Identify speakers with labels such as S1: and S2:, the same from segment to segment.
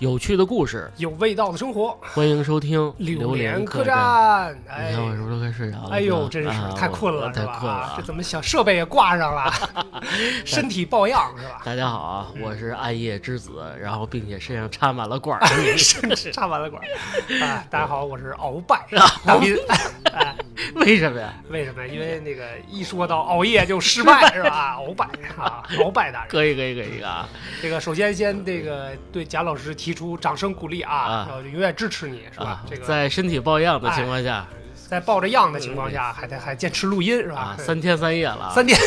S1: 有趣的故事，
S2: 有味道的生活，
S1: 欢迎收听《榴
S2: 莲
S1: 客栈》。
S2: 栈，
S1: 你
S2: 哎。
S1: 看我是不是都快睡着了？
S2: 哎呦，真是
S1: 啊
S2: 太困
S1: 我
S2: 了，是
S1: 太
S2: 吧？
S1: 困了
S2: 啊这
S1: 啊。
S2: 怎么小设备也挂 上了？身体抱恙是吧？
S1: 大家好啊，
S2: 嗯
S1: 我是暗夜之子，然后并且身上插满了管儿。
S2: 甚至插完了管儿啊！大家好，我是 鳌拜，
S1: 啊
S2: 大斌。 哎，
S1: 为什么呀？
S2: 为什么？因为那个一说到熬夜就失 败是吧？鳌拜啊，鳌拜大人。
S1: 可以可以可以啊！
S2: 这个首先先这个对贾老师提出掌声鼓励啊
S1: 啊，
S2: 然后就永远支持你是吧
S1: 啊？
S2: 这，个
S1: 在身体抱恙的情况下
S2: 在抱着恙的情况下，还得还坚持录音是
S1: 啊，？
S2: 吧
S1: 三天三夜了，
S2: 哎三天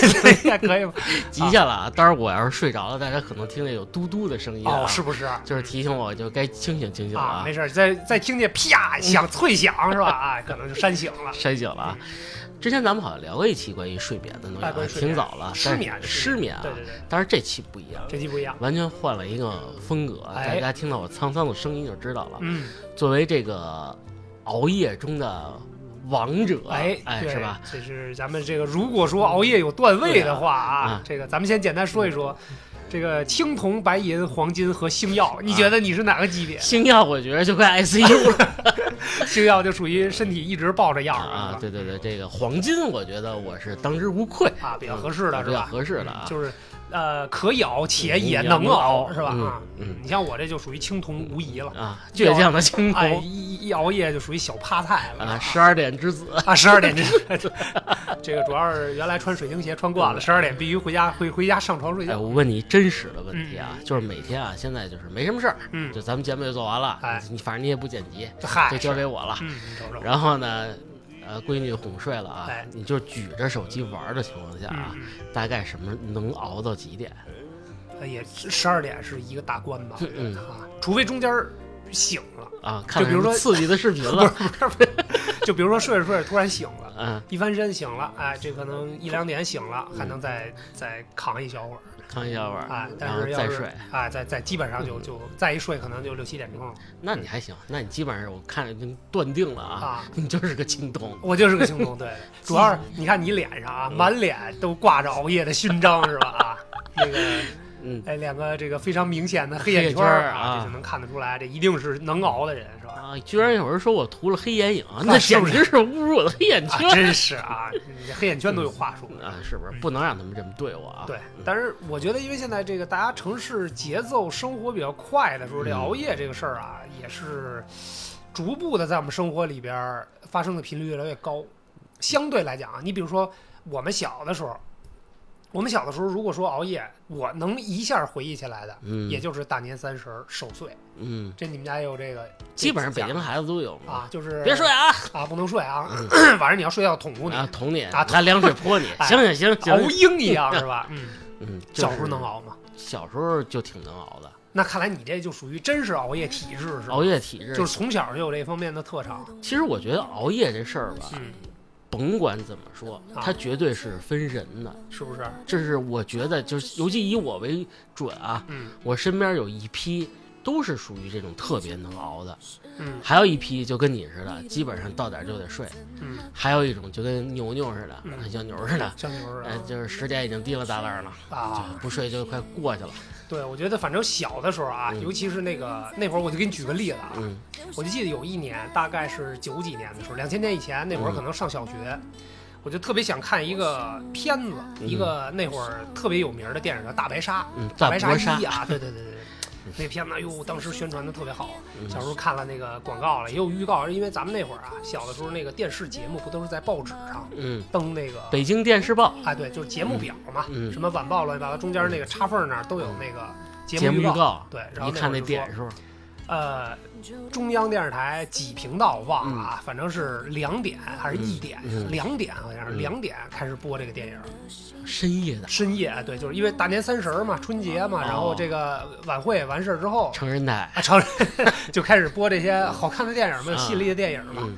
S2: 也 可以吗？
S1: 极限了啊！当然，我要是睡着了，大家可能听见有嘟嘟的声音啊
S2: 哦，是不是？
S1: 就是提醒我就该清醒清醒了啊
S2: 啊，没，事儿，再再听见啪响脆响是 吧？啊，可能就扇醒了。
S1: 删醒了啊。之前咱们好像聊过一期关于睡眠的东西
S2: 哎
S1: 啊
S2: 关于，睡
S1: 挺
S2: 眠
S1: 早了，
S2: 失
S1: 但是
S2: 眠
S1: 失眠啊
S2: 对对对，
S1: 但是这期不一样，
S2: 这期不一样，
S1: 完全换了一个风格，
S2: 哎
S1: 大家听到我沧桑的声音就知道了。
S2: 嗯，
S1: 作为这个熬夜中的王者，
S2: 哎
S1: 哎，
S2: 对
S1: 是吧？？
S2: 这是咱们这个，如果说熬夜有段位的话啊，
S1: 对啊啊
S2: 这个咱们先简单说一说，这个青铜、白银、黄金和星耀，你觉得你是哪个 级别？
S1: 星耀我觉得就快 ICU 了
S2: 星耀就属于身体一直抱着恙
S1: 啊！
S2: 是吧
S1: 对对对，这个黄金我觉得我是当之无愧，
S2: 啊，比较合适的
S1: 嗯
S2: 是
S1: 比较
S2: 吧？
S1: 合适的啊，
S2: 就是呃，可以熬且
S1: 嗯
S2: 也
S1: 也
S2: 能
S1: 能
S2: 熬，
S1: 熬
S2: 是吧？
S1: 嗯
S2: 啊，
S1: 嗯
S2: 你像我这就属于青铜无疑了，
S1: 啊，倔强的青
S2: 哎，
S1: 铜
S2: 一一一熬夜就属于小趴菜了
S1: 啊，十二点之子，
S2: 啊，十二点这 这个主要是原来穿水晶鞋穿惯了，十二点必须回家回回家上床睡
S1: 哎，
S2: 觉。
S1: 我问你真实的问题啊，就是每天啊，现在就是没什么事儿，
S2: 嗯
S1: 就咱们节目就做完了，
S2: 哎
S1: 你反正你也不剪辑，
S2: 嗨，
S1: 就交给我了。
S2: 嗯，你瞅瞅，
S1: 然后呢，呃，闺女哄睡了啊，
S2: 哎
S1: 你就举着手机玩儿的情况下啊，
S2: 嗯
S1: 大概什么能熬到几点？
S2: 嗯也十二点是一个大关吧，
S1: 嗯
S2: 啊，除非中间儿醒了，
S1: 啊，看
S2: 就比如
S1: 了什么
S2: 说
S1: 刺激的视频 了，
S2: 就比如说睡着睡着突然醒了。
S1: 嗯，
S2: 一翻身醒了，哎，这可能一两点醒了，还能再再扛一小会儿，
S1: 看一小会儿，
S2: 哎，但
S1: 然后
S2: 是要
S1: 再
S2: 是
S1: 睡，
S2: 哎，再再基本上就 就再一睡，可能就六七点钟了
S1: 那你还行，那你基本上我看已经断定了啊，
S2: 啊。
S1: 你就是个青铜。
S2: 我就是个青铜， 对，主要是你看你脸上啊，满
S1: 嗯
S2: 脸都挂着熬夜的勋章，是吧？啊，那个
S1: 嗯
S2: 哎，两个这个非常明显的黑眼
S1: 眼
S2: 圈
S1: 圈
S2: 儿
S1: 儿
S2: 啊，
S1: 啊
S2: 这就能看得出来，这一定是能熬的人，是吧？
S1: 啊！居然有人说我涂了黑眼影，啊
S2: 那
S1: 那
S2: 啊是
S1: 简
S2: 不是
S1: 直是侮辱我的黑眼
S2: 啊，
S1: 圈
S2: 真是啊，你这黑眼圈都有话术。
S1: 啊！是不是不能让他们这么对我啊？
S2: 嗯对，但是我觉得，因为现在这个大家城市节奏生活比较快的时候，这
S1: 嗯
S2: 熬夜这个事儿啊，也是逐步的在我们生活里边儿发生的频率越来越高。相对来讲啊，你比如说我们小的时候，我们小的时候如果说熬夜，我能一下回忆起来的，
S1: 嗯，
S2: 也就是大年三十儿守岁。
S1: 嗯，
S2: 这你们家也有这个？
S1: 基本上北
S2: 讲
S1: 京孩子都有嘛。
S2: 啊，就是
S1: 别睡啊！嗯
S2: 啊，不能睡啊， 晚上你要睡觉捅咕你，
S1: 啊，捅你，
S2: 啊
S1: 拿凉水泼你，
S2: 哎
S1: 行行行
S2: 熬
S1: 行，
S2: 鹰一样是吧？嗯，
S1: 嗯，就是
S2: 小时候能，熬吗？
S1: 小时候就挺能熬的，
S2: 那看来你这就属于真是熬夜体质是吧？
S1: 熬夜体质。
S2: 就是从小就有这方面的特长。
S1: 其实我觉得熬夜这事儿吧，
S2: 嗯，
S1: 甭管怎么说，
S2: 啊
S1: 它绝对是分人的。
S2: 是不是？
S1: 这是我觉得，就是尤其以我为准啊，
S2: 嗯
S1: 我身边有一批都是属于这种特别能熬的，
S2: 嗯
S1: 还有一批就跟你似的，基本上到点儿就得睡；
S2: 嗯，
S1: 还有一种就跟牛牛似的，
S2: 嗯
S1: 跟小牛似的，
S2: 像牛似
S1: 呃，就是十点已经滴了答楞了，
S2: 的啊。
S1: 就不睡就快过去了。
S2: 对，我觉得反正小的时候啊，
S1: 嗯
S2: 尤其是那个那会儿，我就给你举个例子啊。
S1: 嗯
S2: 我就记得有一年，大概是九几年的时候，两千年以前那会儿
S1: 嗯
S2: 可能上小学，我就特别想看一个片子，一个那会儿特别有名的电影叫《大白鲨》。
S1: 嗯，
S2: 大
S1: 大
S2: 白
S1: 搏
S2: 鲨
S1: 杀
S2: 一，啊，对对对对。那片子，哎呦，当时宣传的特别好。
S1: 嗯
S2: 小时候看了那个广告了，也有预告，因为咱们那会儿啊，小的时候那个电视节目不都是在报纸上
S1: 嗯，
S2: 登那个？
S1: 北京电视报
S2: 啊，对，就是节目表嘛，
S1: 嗯
S2: 什么晚报乱七八糟，中间那个插缝那儿都有那个
S1: 节目
S2: 目预
S1: 预告，
S2: 对，然后
S1: 一看
S2: 那
S1: 那
S2: 会儿就
S1: 点
S2: 说，
S1: 数，
S2: 呃，中央电视台几频道我忘了啊，反正是两点还是一点，
S1: 嗯嗯
S2: 两点好像是
S1: 嗯
S2: 两点开始播这个电影。
S1: 深夜的
S2: 深夜，哎对，就是因为大年三十儿嘛，春节嘛，然后
S1: 哦
S2: 这个晚会完事儿之后，
S1: 成人台，
S2: 啊，成人就开始播这些好看的电影嘛，
S1: 嗯
S2: 戏力的电影嘛，
S1: 嗯，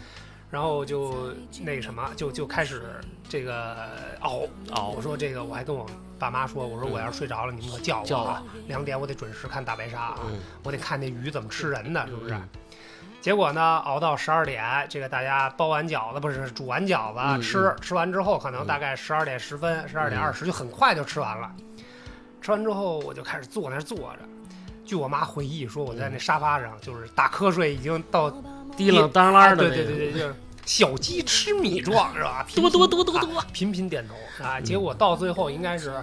S2: 然后就那个什么，就就开始这个熬
S1: 熬嗯
S2: 我说这个，我还跟我爸妈说，我说我要是睡着了，你们可叫我，
S1: 叫
S2: 啊
S1: 我，
S2: 两点我得准时看大白鲨啊，
S1: 嗯
S2: 我得看那鱼怎么吃人的，是不是？
S1: 嗯
S2: 结果呢，熬到十二点，这个大家包完饺子不是煮完饺子、
S1: 嗯
S2: 吃，吃完之后可能大概十二点十
S1: 嗯
S2: 分、十二点二十就很快就吃完了。吃完之后我就开始坐那儿坐着，据我妈回忆说，我在那沙发上就是打瞌睡，已经到
S1: 滴楞当啷的
S2: 哦哎对
S1: 那
S2: 对对
S1: 个，
S2: 对，就是小鸡吃米状是吧？
S1: 多多多嗯多多
S2: 啊，频频点头啊。结果到最后应该是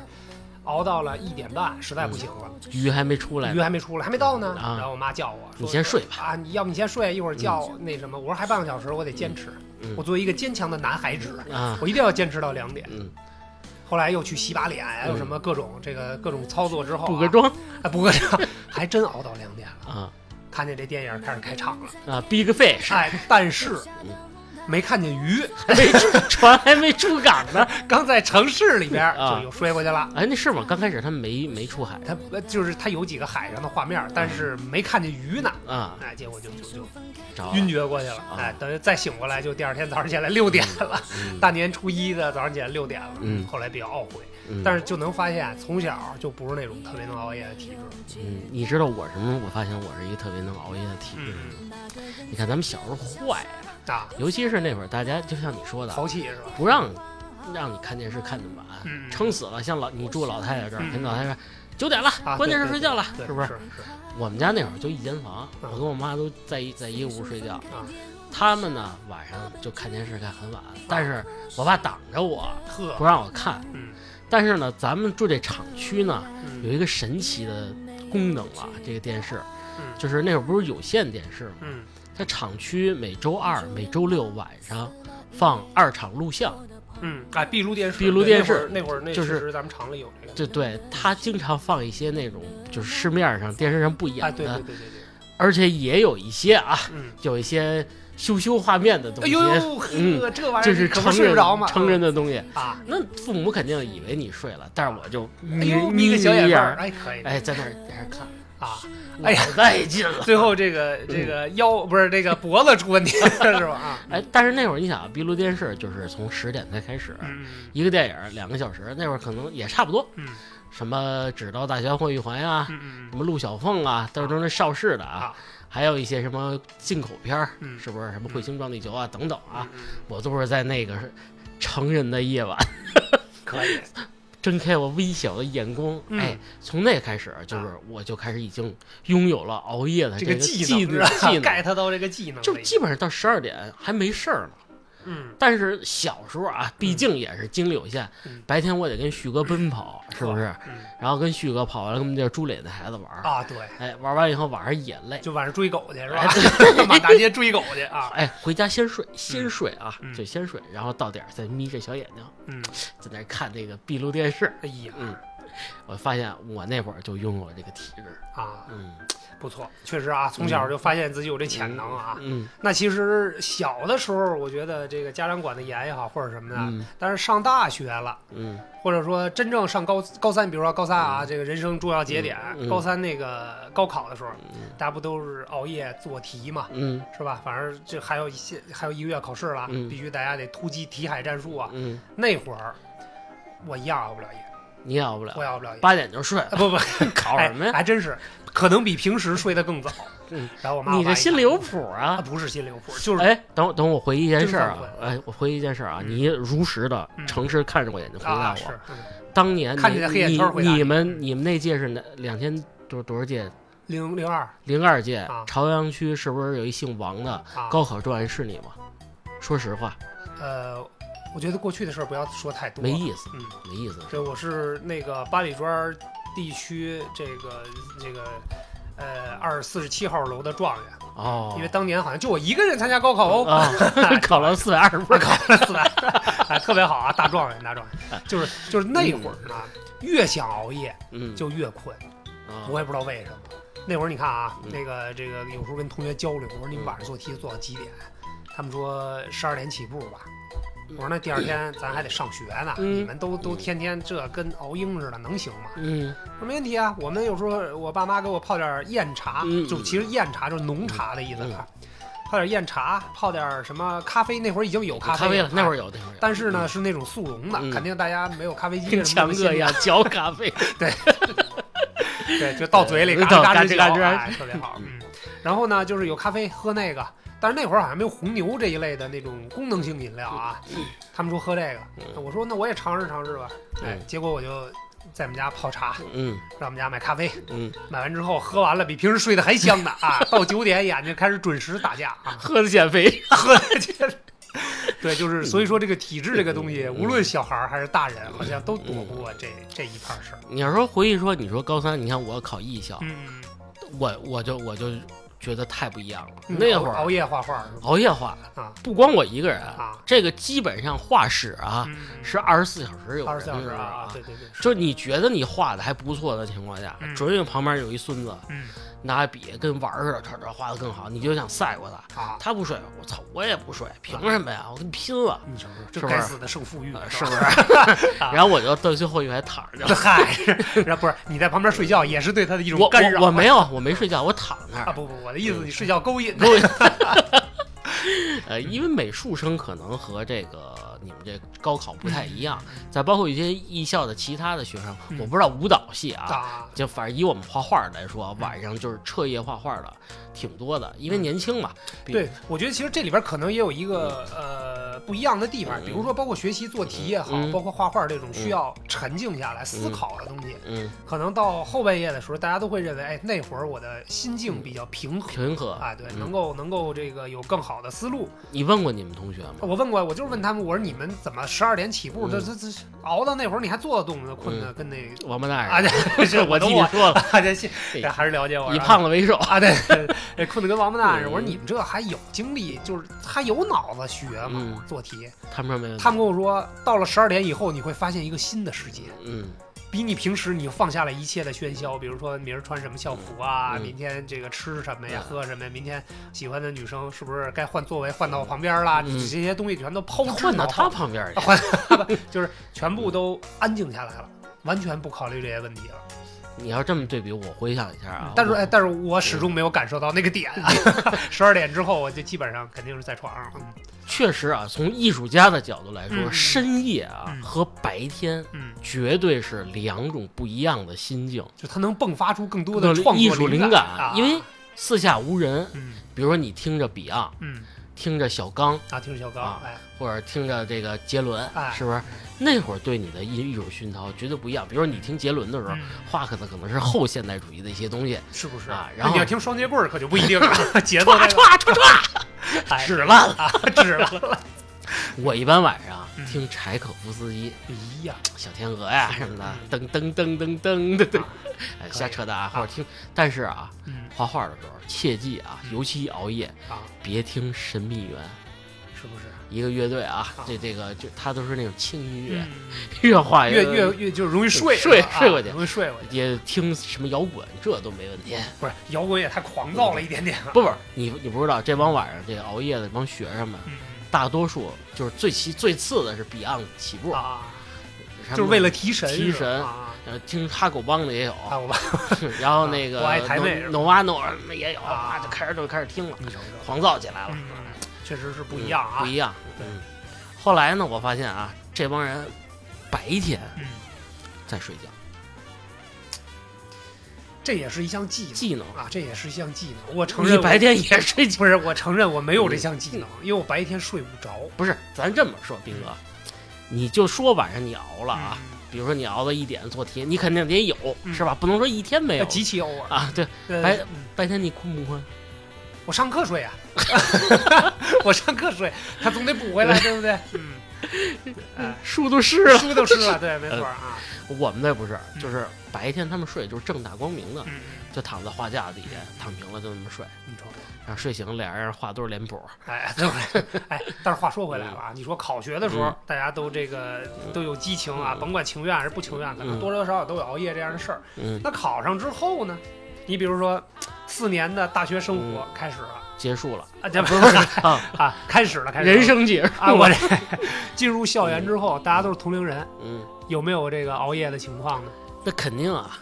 S2: 熬到了一点半，实在不行了，
S1: 鱼还没嗯出来
S2: 鱼
S1: 呢，
S2: 还没出来，还没到呢。
S1: 啊
S2: 然后我妈叫我
S1: 你
S2: 说：“
S1: 先睡吧。
S2: 啊，你要不你先睡，一会儿叫那什么。”我说：“还半个小时，我得坚持。
S1: 嗯
S2: 我作为一个坚强的男孩子，
S1: 啊，
S2: 我一定要坚持到两点。
S1: 嗯，
S2: 后来又去洗把脸，还有什么各种这个各种操作之后、啊，
S1: 补个妆
S2: 哎，补个妆，还真熬到两点了。
S1: 啊
S2: 看见这电影开始开场了，
S1: 啊，Big Fish
S2: 哎，但是
S1: 嗯
S2: 没看见鱼，
S1: 还没出 船还没出港呢，
S2: 刚在城市里边
S1: 啊
S2: 就又摔过去了。
S1: 哎，那是吗？刚开始他们没没出海
S2: 他呃就是他有几个海上的画面，但是没看见鱼呢，
S1: 啊，
S2: 哎，结果就就就
S1: 着
S2: 晕
S1: 了，
S2: 厥过去了
S1: 啊，
S2: 哎，等于再醒过来就第二天早上起来六点了，
S1: 嗯
S2: 大年初一的早上起来六点了，
S1: 嗯
S2: 后来比较懊悔，
S1: 嗯
S2: 但是就能发现啊从小就不是那种特别能熬夜的体质，
S1: 嗯，你知道我什么？我发现我是一个特别能熬夜的体质。
S2: 嗯
S1: 你看咱们小时候坏啊，
S2: 啊，
S1: 尤其是那会儿大家就像你说的，啊
S2: 淘气是吧？
S1: 不让让你看电视看那么晚，
S2: 嗯
S1: 撑死了。像老你住老太太这儿，
S2: 嗯
S1: 跟老太太说九点了，
S2: 啊，
S1: 关
S2: 对
S1: 键是
S2: 对
S1: 睡觉了，
S2: 对
S1: 是不是？
S2: 是
S1: 我们家那会儿就一间房，我跟我妈都在一在一屋睡觉。
S2: 啊，
S1: 他们呢晚上就看电视看很晚，但是我爸挡着我不
S2: 呵，
S1: 让我看。
S2: 嗯
S1: 但是呢，咱们住这厂区呢有
S2: 嗯
S1: 一个神奇的功能啊，这个电视
S2: 嗯
S1: 就是那会儿不是有线电视吗？
S2: 嗯，
S1: 它厂区每周二、每周六晚上放二场录像，
S2: 嗯，哎，闭路电视，
S1: 闭路
S2: 对
S1: 电视
S2: 那会儿那会儿那
S1: 就是
S2: 确实咱们厂里有这个，
S1: 对对，它经常放一些那种就是市面上电视上不演的，
S2: 哎，对对对对对，
S1: 而且也有一些啊，
S2: 嗯，
S1: 有一些修修画面的东
S2: 哎
S1: 西，
S2: 呦呦呵，
S1: 嗯
S2: 这玩意
S1: 就
S2: 儿
S1: 是
S2: 你可
S1: 成
S2: 不
S1: 人
S2: 睡不着嘛，
S1: 成人的东西。
S2: 啊，
S1: 那父母肯定以为你睡了，但是我就
S2: 哎
S1: 眯
S2: 呦，
S1: 眯
S2: 眯个小
S1: 一
S2: 眼
S1: 眼
S2: 巴儿，
S1: 儿，
S2: 哎，可以
S1: 哎，在那儿在那儿看，
S2: 啊，哎呀
S1: 老带劲了。
S2: 最后这
S1: 嗯
S2: 个这个腰不是这个脖子出问题了是吧？ 啊，
S1: 哎，但是那会儿你想，啊，闭路电视就是从十点才开始，
S2: 嗯
S1: 一个电影儿两个小时，那会儿可能也差不多。
S2: 嗯
S1: 什么《只道大学混玉环》呀，
S2: 嗯
S1: 什么陆小凤啊，都是都是邵氏的啊
S2: 啊，
S1: 还有一些什么进口片儿，
S2: 嗯
S1: 是不是什么《彗星撞地球》啊等等啊，
S2: 嗯嗯，
S1: 我都是在那个成人的夜晚，
S2: 可以，
S1: 睁开我微小的眼光，
S2: 嗯啊
S1: 哎，从那开始就是我就开始已经拥有了熬夜的
S2: 这
S1: 个
S2: 个技
S1: 技
S2: 能是
S1: 能
S2: 吧
S1: 技 能，
S2: ？get 到这个技能
S1: 就
S2: 了已经，
S1: 基本上到十二点还没事儿呢。
S2: 嗯，
S1: 但是小时候啊，毕竟也是精力有限，
S2: 嗯
S1: 白天我得跟旭哥奔跑，是不是？
S2: 嗯
S1: 然后跟旭哥跑完了，跟我们这朱磊的孩子玩儿，
S2: 啊，对，
S1: 哎，玩完以后晚上也累，
S2: 就晚上追狗去是
S1: 哎
S2: 吧？ 满大街追狗去啊，
S1: 哎，回家先睡，先睡啊，
S2: 嗯
S1: 就先睡，然后到点儿再眯着小眼睛，
S2: 嗯，
S1: 在那儿看那个闭路电视。
S2: 哎呀
S1: 嗯，我发现我那会儿就拥有这个体质，
S2: 啊，
S1: 嗯
S2: 不错，确实啊，从小就发现自己有这潜能啊。
S1: 嗯
S2: 那其实小的时候，我觉得这个家长管得严也好，或者什么的，
S1: 嗯
S2: 但是上大学了。
S1: 嗯
S2: 或者说真正上高高三，比如说高三啊，这个人生重要节点，
S1: 嗯嗯
S2: 高三那个高考的时候，大家不都是熬夜做题嘛，
S1: 嗯
S2: 是吧？反正这还有一些，还有一个月考试了，
S1: 嗯
S2: 必须大家得突击题海战术啊。
S1: 嗯，
S2: 那会儿我一样熬不了夜，
S1: 你也熬不了
S2: 我，也熬不了夜。
S1: 八点就睡了
S2: 啊、， 不不，
S1: 考
S2: 哎
S1: 什么呀？
S2: 还真是，可能比平时睡得 更早。
S1: 嗯
S2: 然后我妈
S1: 你
S2: 我爸
S1: 这
S2: 一
S1: 心里
S2: 看
S1: 有谱啊
S2: 啊，！不是心里有谱，就是、
S1: 哎，等我等我回忆一件事儿
S2: 真
S1: 啊
S2: 犯，困
S1: 哎，我回忆一件事儿啊，
S2: 嗯
S1: 你如实的、
S2: 嗯
S1: 诚实看着我眼睛回答
S2: 啊
S1: 我。
S2: 是，嗯
S1: 当年
S2: 看见黑眼
S1: 你
S2: 圈回答
S1: 你
S2: 你嗯
S1: 你们你们那届是哪两千多多少届？
S2: 零零二
S1: 零二届
S2: 啊
S1: 朝阳区是不是有一姓王的
S2: 啊，
S1: 高考状元是你吗？说实话，
S2: 呃，我觉得过去的事儿不要说太多，
S1: 没意思，
S2: 嗯。
S1: 没意思。
S2: 对，我是那个八里庄地区这个这个呃二四十七号楼的状元，
S1: 哦
S2: 因为，当年好像就我一个人参加高考哦，
S1: 啊， 考了四百二十
S2: 我
S1: 分
S2: 考了四百，哎， 特别好啊，大状元，大状元，就是就是那会儿呢，越想熬夜
S1: 嗯，
S2: 就越困，
S1: 啊
S2: 我也不知道为什么。那会儿你看啊，
S1: 嗯
S2: 那个这个有时候跟同学交流，我说你们晚上做题做到几点？他们说十二点起步吧。我说那第二天咱还得上学呢，
S1: 嗯
S2: 你们都都天天这跟熬鹰似的，能行吗？
S1: 嗯
S2: 说没问题啊，我们有时候我爸妈给我泡点燕茶，
S1: 嗯
S2: 就其实燕茶就是浓茶的意思啊，泡点燕茶，泡点什么咖啡，那会儿已经有咖
S1: 咖啡
S2: 了
S1: 了，，那会儿有那会儿有，
S2: 但是呢是那种速溶的，
S1: 嗯
S2: 肯定大家没有咖啡机
S1: 跟
S2: 什
S1: 强
S2: 么的
S1: 哥一 样嚼咖啡，
S2: 对，就 到嘴里
S1: 对
S2: 嘎吱
S1: 到
S2: 嘎
S1: 嘎
S2: 吱
S1: 吱嘎吱
S2: 嚼哎特别好，嗯，然后呢就是有咖啡喝那个。但是那会儿好像没有红牛这一类的那种功
S1: 嗯
S2: 能性饮料啊，他们说喝这个，我说那我也尝试尝试吧，哎
S1: 嗯，
S2: 结果我就在我们家泡茶，
S1: 嗯
S2: 让我们家买咖啡，
S1: 嗯，
S2: 买完之后喝完了，比平时睡得还香呢啊！ 到九点眼睛开始准时打架啊，
S1: 喝的减 肥，
S2: 喝的就是对，就是所以说这个体质这个东西，
S1: 嗯
S2: 无论小孩儿还是大人，好像都躲不过这这一盘事儿。
S1: 你要说回忆说，你说高三，你看我考艺校，
S2: 嗯，
S1: 我我就我就觉得太不一样了。
S2: 嗯
S1: 那
S2: 熬
S1: 会儿
S2: 熬夜画画是吧？
S1: 熬夜画
S2: 啊，
S1: 不光我一个人，
S2: 啊
S1: 这个基本上画室啊、
S2: 嗯
S1: 是二十四小时有人
S2: 二十四小时
S1: 的
S2: 啊，对对对，是
S1: 就你觉得你画的还不错的情况下，
S2: 嗯
S1: 准有旁边有一孙子
S2: 嗯
S1: 拿笔跟玩儿似的，唰唰画的更好，你就想赛过他。
S2: 啊，
S1: 他不睡，我操，我也不睡，凭什么呀？
S2: 嗯
S1: 我跟你拼了，
S2: 你瞅瞅，这
S1: 是不
S2: 该
S1: 是
S2: 死的胜负欲
S1: 呃是
S2: 是吧，
S1: 不是？然后我就到最后一排躺着
S2: 嗨，是然后不是你在旁边睡觉也是对他的 一
S1: 我
S2: 种干扰。
S1: 我我没有，我没睡觉，我躺那
S2: 啊，
S1: 儿。
S2: 不不，我的意思你睡觉勾引
S1: 给我呃，因为美术生可能和这个你们这高考不太一样，再包括一些艺校的其他的学生，
S2: 嗯
S1: 我不知道舞蹈系啊，
S2: 啊，嗯
S1: 就反正以我们画画来说，晚上就是彻夜画画的挺多的，因为年轻嘛。比
S2: 对，我觉得其实这里边可能也有一个呃不一样的地方，
S1: 嗯
S2: 比如说包括学习做题也好，
S1: 嗯
S2: 包括画画这种需要沉静下来思考的东西，
S1: 嗯，
S2: 可能到后半夜的时候，大家都会认为，哎，那会儿我的心境比较平和。
S1: 嗯平和。
S2: 啊，对，
S1: 嗯
S2: 能够能够这个有更好的思路。
S1: 你问过你们同学吗？
S2: 我问过，我就是问他们，我说你们怎么十二点起步？
S1: 嗯
S2: 这这这熬到那会儿你还做得动呢，困的跟那
S1: 王八蛋
S2: 啊，
S1: 似的！
S2: 这是
S1: 我
S2: 都
S1: 替你说了，
S2: 啊，这信这还是了解我。
S1: 以胖子为首。
S2: 啊，对，这困得跟王八蛋似的。
S1: 嗯
S2: 我说你们这还有精力，就是还有脑子学吗？
S1: 嗯，
S2: 做题，
S1: 他们说没有。
S2: 他们跟我说，到了十二点以后，你会发现一个新的世界，
S1: 嗯
S2: 比你平时你就放下了一切的喧嚣，比如说明儿穿什么校服啊，
S1: 嗯
S2: 明天这个吃什么呀，
S1: 嗯
S2: 喝什么呀，明天喜欢的女生是不是该换座位换到我旁边啦？
S1: 嗯
S2: 你这些东西全都抛之
S1: 换到
S2: 脑
S1: 他
S2: 后，
S1: 旁边去。
S2: 换就是全部都安静下来了，完全不考虑这些问题了。
S1: 你要这么对比，我回想一下啊。
S2: 但是
S1: 我
S2: 哎，但是我始终没有感受到那个 点啊。十二点之后，我就基本上肯定是在床上了。
S1: 确实啊，从艺术家的角度来说，
S2: 嗯
S1: 深夜啊
S2: 嗯
S1: 和白天
S2: 嗯，
S1: 绝对是两种不一样的心境。
S2: 就它能迸发出更多
S1: 更
S2: 的
S1: 多的
S2: 创作
S1: 艺术灵感
S2: 啊、
S1: 因为四下无人，
S2: 嗯
S1: 比如说你听着 Beyond，
S2: 嗯
S1: 听着小刚，
S2: 啊，听着小刚
S1: 啊，
S2: 哎，
S1: 或者听着这个杰伦，
S2: 哎
S1: 是不是？那会儿对你的艺艺术熏陶绝对不一样。比如说你听杰伦的时候，
S2: 嗯
S1: 画可能可能是后现代主义的一些东西，
S2: 是不是？
S1: 啊然
S2: 那
S1: 后
S2: 你要听双截棍儿可就不一 定了，节奏
S1: 唰
S2: 这
S1: 唰唰唰。
S2: 个哎
S1: 指烂
S2: 啊，指烂 了。
S1: 我一般晚上啊
S2: 嗯
S1: 听柴可夫斯基、
S2: 咦呀，
S1: 小天鹅呀什么的，噔噔噔噔噔噔噔
S2: 嗯啊，
S1: 哎
S2: 可以
S1: 瞎扯淡啊。或者听，但是啊，
S2: 嗯
S1: 画画的时候切记啊，
S2: 嗯
S1: 尤其熬夜，
S2: 啊，
S1: 别听神秘园。
S2: 是不是？
S1: 一个乐队啊
S2: 啊，
S1: 这这个就它都是那种轻音乐，
S2: 嗯
S1: 越画
S2: 越越越就是容易睡
S1: 睡
S2: 是吧啊
S1: 睡过去
S2: 容易睡过去。
S1: 也听什么摇滚，这都没问题。
S2: 不是摇滚也太狂躁了一点点啊。
S1: 不不，你你不知道，这帮晚上这个熬夜的这帮学生们，
S2: 嗯
S1: 大多数就是最其最次的是 Beyond 起步，
S2: 啊，
S1: 他们
S2: 就是为了提神是吧，
S1: 提神
S2: 啊。
S1: 呃听哈狗帮的也有，
S2: 啊，我把
S1: 然后那个
S2: 我爱台妹
S1: No a No 什么也有，
S2: 啊
S1: 啊，就开始就开始听了，
S2: 你瞅瞅，
S1: 狂躁起来了，
S2: 嗯，确实是不一样啊
S1: 不。一样。
S2: 对
S1: 嗯，后来呢，我发现啊，这帮人白天
S2: 嗯，
S1: 在睡觉，
S2: 这也是一项技
S1: 技能
S2: 能，啊，这也是一项技能。我承
S1: 你
S2: 认我
S1: 白天也睡觉。
S2: 不是，我承认我没有
S1: 嗯
S2: 这项技能，因为我白天睡不着
S1: 不是，咱这么说，斌哥，
S2: 嗯
S1: 你就说晚上你熬了啊，。比如说你熬到一点做题，你肯定得有，
S2: 嗯
S1: 是吧？不能说一天没
S2: 嗯
S1: 有
S2: 极其偶尔，
S1: 啊。对，
S2: 呃
S1: 白
S2: 嗯
S1: 白天你困不困？
S2: 我上课睡啊， 我上课睡，他总得补回来，对不对？嗯， 哎
S1: 书都湿了。
S2: 书都湿了，对，没
S1: 嗯
S2: 错啊。
S1: 我们那不是，
S2: 嗯
S1: 啊就是白天他们睡就是正大光明的，
S2: 嗯，
S1: 就躺在画架底下躺平了就那么睡，
S2: 你瞅瞅，
S1: 然后睡醒了俩人画对脸谱，
S2: 哎， 对不对？哎，但是话说回来了啊，你说考学的时候
S1: 嗯，
S2: 大家都这个都有激情啊，
S1: 嗯
S2: 甭管情愿还是不情愿，可能
S1: 嗯
S2: 多多少少都有熬夜这样的事儿。
S1: 嗯，
S2: 那考上之后呢？你比如说，四年的大学生活
S1: 嗯
S2: 开始了
S1: 结束了
S2: 啊，这不
S1: 不是
S2: 是
S1: 啊，
S2: 啊，开始了，开始了
S1: 人生结束
S2: 啊，我
S1: 了
S2: 这 进入校园之后，大家都是同龄人，
S1: 嗯，
S2: 有没有这个熬夜的情况呢？
S1: 那肯定啊。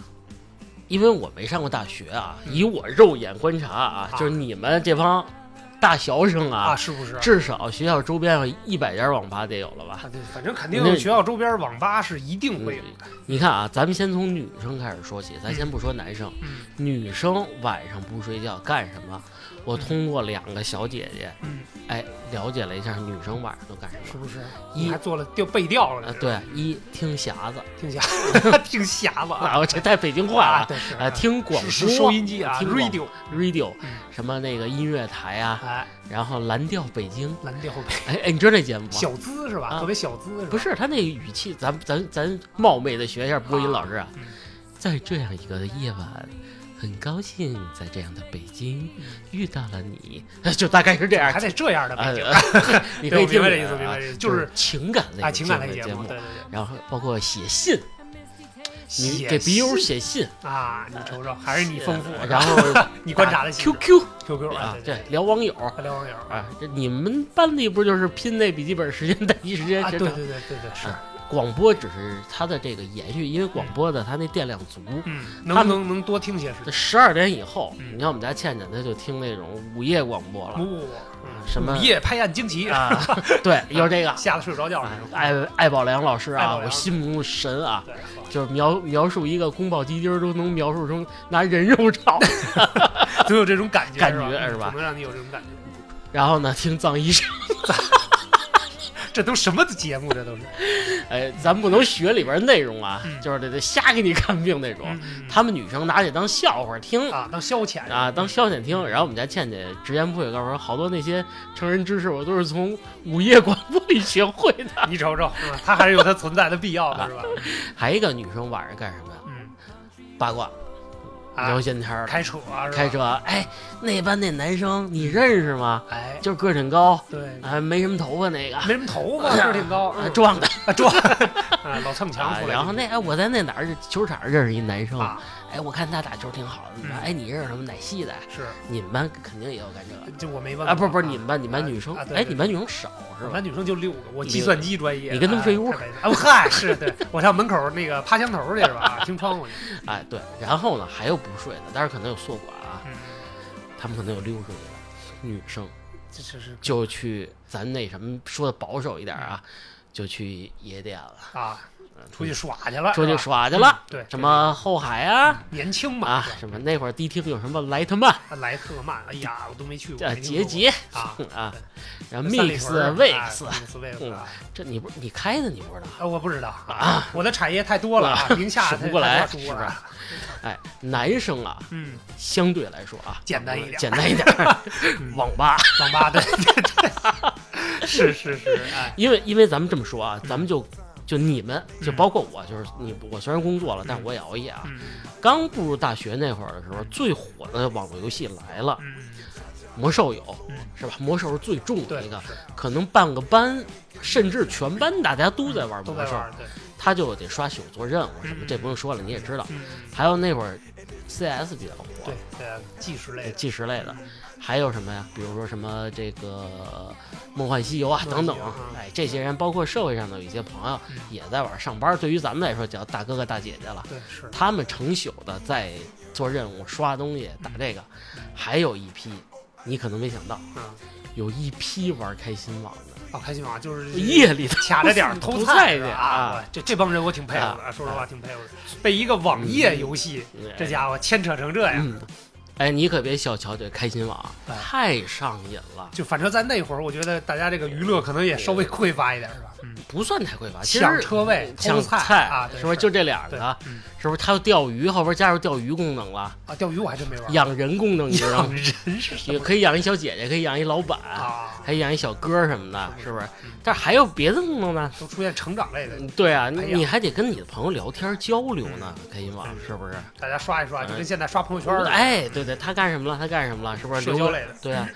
S1: 因为我没上过大学啊，
S2: 嗯
S1: 以我肉眼观察啊，
S2: 啊
S1: 就是你们这帮大学生
S2: 啊，
S1: 啊，
S2: 是不是？
S1: 至少学校周边有一百家网吧得有了吧？
S2: 啊对，反正肯定
S1: 那
S2: 学校周边网吧是一定会有的。
S1: 你看啊，咱们先从女生开始说起，咱先不说男生，
S2: 嗯
S1: 女生晚上不睡觉干什么？我通过两个小姐姐，
S2: 嗯，
S1: 哎，了解了一下女生晚上都干什
S2: 是
S1: 么。
S2: 不是？
S1: 一
S2: 嗯你还做了调背调了
S1: 啊
S2: 你，
S1: 对，一听匣子，
S2: 听 瞎，听瞎子啊！
S1: 啊，我这太北京话
S2: 啊
S1: 了，
S2: 对是
S1: 啊，听广
S2: 是是收
S1: 播
S2: 音机啊
S1: 听广
S2: ，radio，
S1: radio，
S2: 嗯
S1: 什么那个音乐台啊，
S2: 哎，
S1: 然后蓝调北京，
S2: 蓝调呗，
S1: 哎哎，你知道那节目吗？
S2: 小资是吧？
S1: 啊
S2: 特别小资是吧？
S1: 不是他那语气，咱咱咱冒昧的学一下播音老师啊
S2: 嗯，
S1: 在这样一个夜晚，很高兴在这样的北京
S2: 嗯
S1: 遇到了你， 就大概是这样
S2: 还。得这样的
S1: 啊
S2: 背景，
S1: 你可
S2: 对
S1: 以
S2: 我明
S1: 听
S2: 白
S1: 我
S2: 这意思，明白
S1: 啊
S2: 这意思，
S1: 就
S2: 就是
S1: 情感类
S2: 啊，
S1: 的
S2: 情感类
S1: 节
S2: 节
S1: 目，
S2: 对对对。
S1: 然后包括写信，你
S2: 写
S1: 给笔友
S2: 信
S1: 写信，呃
S2: 啊，你瞅瞅，还是你丰富，
S1: 然后
S2: 你观
S1: 哎
S2: 察的细致
S1: QQ
S2: QQ
S1: 啊
S2: 啊，，
S1: 这
S2: 对，
S1: 聊网友
S2: 快聊网友
S1: 啊，这你们班里不就是拼那笔记本时间单一时间
S2: 啊，
S1: 学
S2: 对
S1: 长
S2: 对对对对是，
S1: 广播只是它的这个延续，因为广播的它那电量足。
S2: 嗯，
S1: 他们
S2: 能能能多听些是吧？
S1: 十二点以后，
S2: 嗯
S1: 你看我们家倩倩，她就听那种午夜广播了
S2: 不不不，嗯
S1: 什么
S2: 午夜拍案惊奇，
S1: 啊。对，就是这个
S2: 吓得睡不着觉
S1: 啊
S2: 那种。
S1: 艾艾宝良老师
S2: 艾
S1: 啊，
S2: 宝良
S1: 我心目中神啊，
S2: 对，好
S1: 就是描描述一个宫保鸡丁儿都能描述成拿人肉 炒。
S2: 总有这种感觉，
S1: 感
S2: 是吧
S1: 觉是吧
S2: 总能让你有这种感觉。
S1: 然后呢，听藏医生，
S2: 这都什么节目？这都是，
S1: 哎，咱不能学里边内容啊，
S2: 嗯
S1: 就是得得瞎给你看病那种。
S2: 嗯
S1: 他们女生拿去当笑话听
S2: 啊，嗯当消遣
S1: 啊，当消遣听。然后我们家倩倩直言不讳地告诉我，好多那些成人知识我都是从午夜广播里学会的。
S2: 你瞅瞅，是吧？它还是有它存在的必要
S1: 啊
S2: 的，是吧？
S1: 还有一个女生晚上干什么呀？
S2: 嗯，
S1: 八卦、聊
S2: 啊，
S1: 闲天儿、
S2: 开车啊，是吧
S1: 开，车。哎，那班那男生你认识吗？
S2: 哎，
S1: 就是个挺高，
S2: 对，
S1: 啊，没什么头发那个，
S2: 没什么头发，个儿挺高，
S1: 啊
S2: 嗯
S1: 壮的。
S2: 啊壮，啊老蹭墙
S1: 啊
S2: 出来，
S1: 然后那哎，我在那哪儿球场认识一男生，
S2: 啊
S1: 哎，我看他打球挺好的。你说，
S2: 嗯
S1: 哎，你认识什么哪系的呀？
S2: 是，
S1: 你们班肯定也有干这个
S2: 这我没问
S1: 啊？不是不是，你
S2: 啊
S1: 们班你们班女生，
S2: 啊对
S1: 哎，
S2: 对
S1: 你们班女生少是
S2: 我们
S1: 吧？
S2: 班啊女生就六个，我
S1: 你
S2: 计
S1: 六
S2: 算机专业的。
S1: 你跟他们睡一屋
S2: 哎？太白痴了哦，嗨，是对，我上门口那个趴墙头去是吧？啊听窗户去。
S1: 哎，对。然后呢，还有不睡的，但是可能有宿管啊，
S2: 嗯，
S1: 他们可能有溜出去的女生。
S2: 这这是
S1: 就去咱那什么说的保守一点啊，就去夜店了，
S2: 啊，出去耍去了，
S1: 嗯出去
S2: 是吧
S1: 耍去了，
S2: 对，
S1: 什么后海啊
S2: 年轻嘛
S1: 啊，
S2: 是
S1: 什
S2: 吧
S1: 么那会儿迪厅有什么莱特曼、
S2: 啊莱特曼，哎呀，我都没去过。
S1: 啊
S2: 没听
S1: 杰
S2: 说
S1: 杰
S2: 过啊
S1: 啊，然后
S2: 三里
S1: Mix
S2: 屯儿、
S1: Wix，
S2: 啊 Mix Wix 啊，
S1: 这你不你开的你不知道？
S2: 啊我不知道啊，我的产业太多了啊，名下
S1: 数
S2: 太
S1: 不过来
S2: 太
S1: 是
S2: 多
S1: 吧
S2: 了。
S1: 哎，男生啊，
S2: 嗯，
S1: 相对来说啊，
S2: 简单一点
S1: 简单一点儿， 网吧，
S2: 网吧对对对，是是是，哎，
S1: 因为因为咱们这么说
S2: 嗯
S1: 啊，咱们就。就你们，就包括我，就是你，我虽然工作了，但我也熬夜啊。
S2: 嗯
S1: 刚步入大学那会儿的时候，最火的网络游戏来了，
S2: 嗯，
S1: 魔兽有
S2: 嗯，
S1: 是吧？魔兽是最重的
S2: 对
S1: 一个，
S2: 是
S1: 可能半个班，甚至全班大家都在玩
S2: 嗯都
S1: 魔
S2: 在
S1: 兽
S2: 玩，儿，对，
S1: 他就得刷宿做任务什么，
S2: 嗯
S1: 这不用说了，你也知道。
S2: 嗯，
S1: 还有那会儿，CS 比较火
S2: 对，对，技术类
S1: 呃
S2: 的，嗯
S1: 计时类的，还有什么呀？比如说什么这个《梦幻西游》啊
S2: 梦
S1: 等
S2: 幻西
S1: 等
S2: 游啊，
S1: 哎，这些人包括社会上的有一些朋友
S2: 嗯
S1: 也在玩，上班对于咱们来说叫大哥哥大姐姐了。
S2: 对是，
S1: 他们成宿的在做任务、刷东西、打这个，还有一批，你可能没想到，
S2: 嗯，
S1: 有一批玩开心网的，
S2: 啊，开心网就是
S1: 夜里头
S2: 卡着点儿
S1: 偷
S2: 偷
S1: 菜
S2: 是
S1: 去
S2: 吧
S1: 啊
S2: 啊！我这这帮人我挺佩服的，说实话挺佩服的。被一个网页游戏，这家伙牵扯成这样，
S1: 嗯，哎，你可别小瞧这开心网，啊
S2: 哎
S1: 太上瘾了，
S2: 就反正在那会儿，我觉得大家这个娱乐可能也稍微匮乏一点，是吧？嗯，
S1: 不算太匮乏，其
S2: 抢
S1: 实。
S2: 车位、偷
S1: 抢
S2: 菜啊，对
S1: 是不是就这两
S2: 对
S1: 个？
S2: 嗯
S1: 是不是？它有钓鱼，后边加入钓鱼功能了，
S2: 啊？钓鱼我还真没玩过。
S1: 养人功能，你知道吗？
S2: 人 是什
S1: 也
S2: 么
S1: 可以养一小姐姐，可以养一老板，
S2: 啊？
S1: 还养一小哥什么的，是不是
S2: 嗯？
S1: 但是还有别的功能呢，
S2: 都出现成长类的，
S1: 嗯对啊，你
S2: 哎呀
S1: 你还得跟你的朋友聊天交流呢，开心网
S2: 嗯
S1: 是不是？
S2: 大家刷一刷，就跟现在刷朋友圈儿似的
S1: 哎，对对，他干什么了？他干什么了？是不是？
S2: 社交类的。
S1: 对 啊，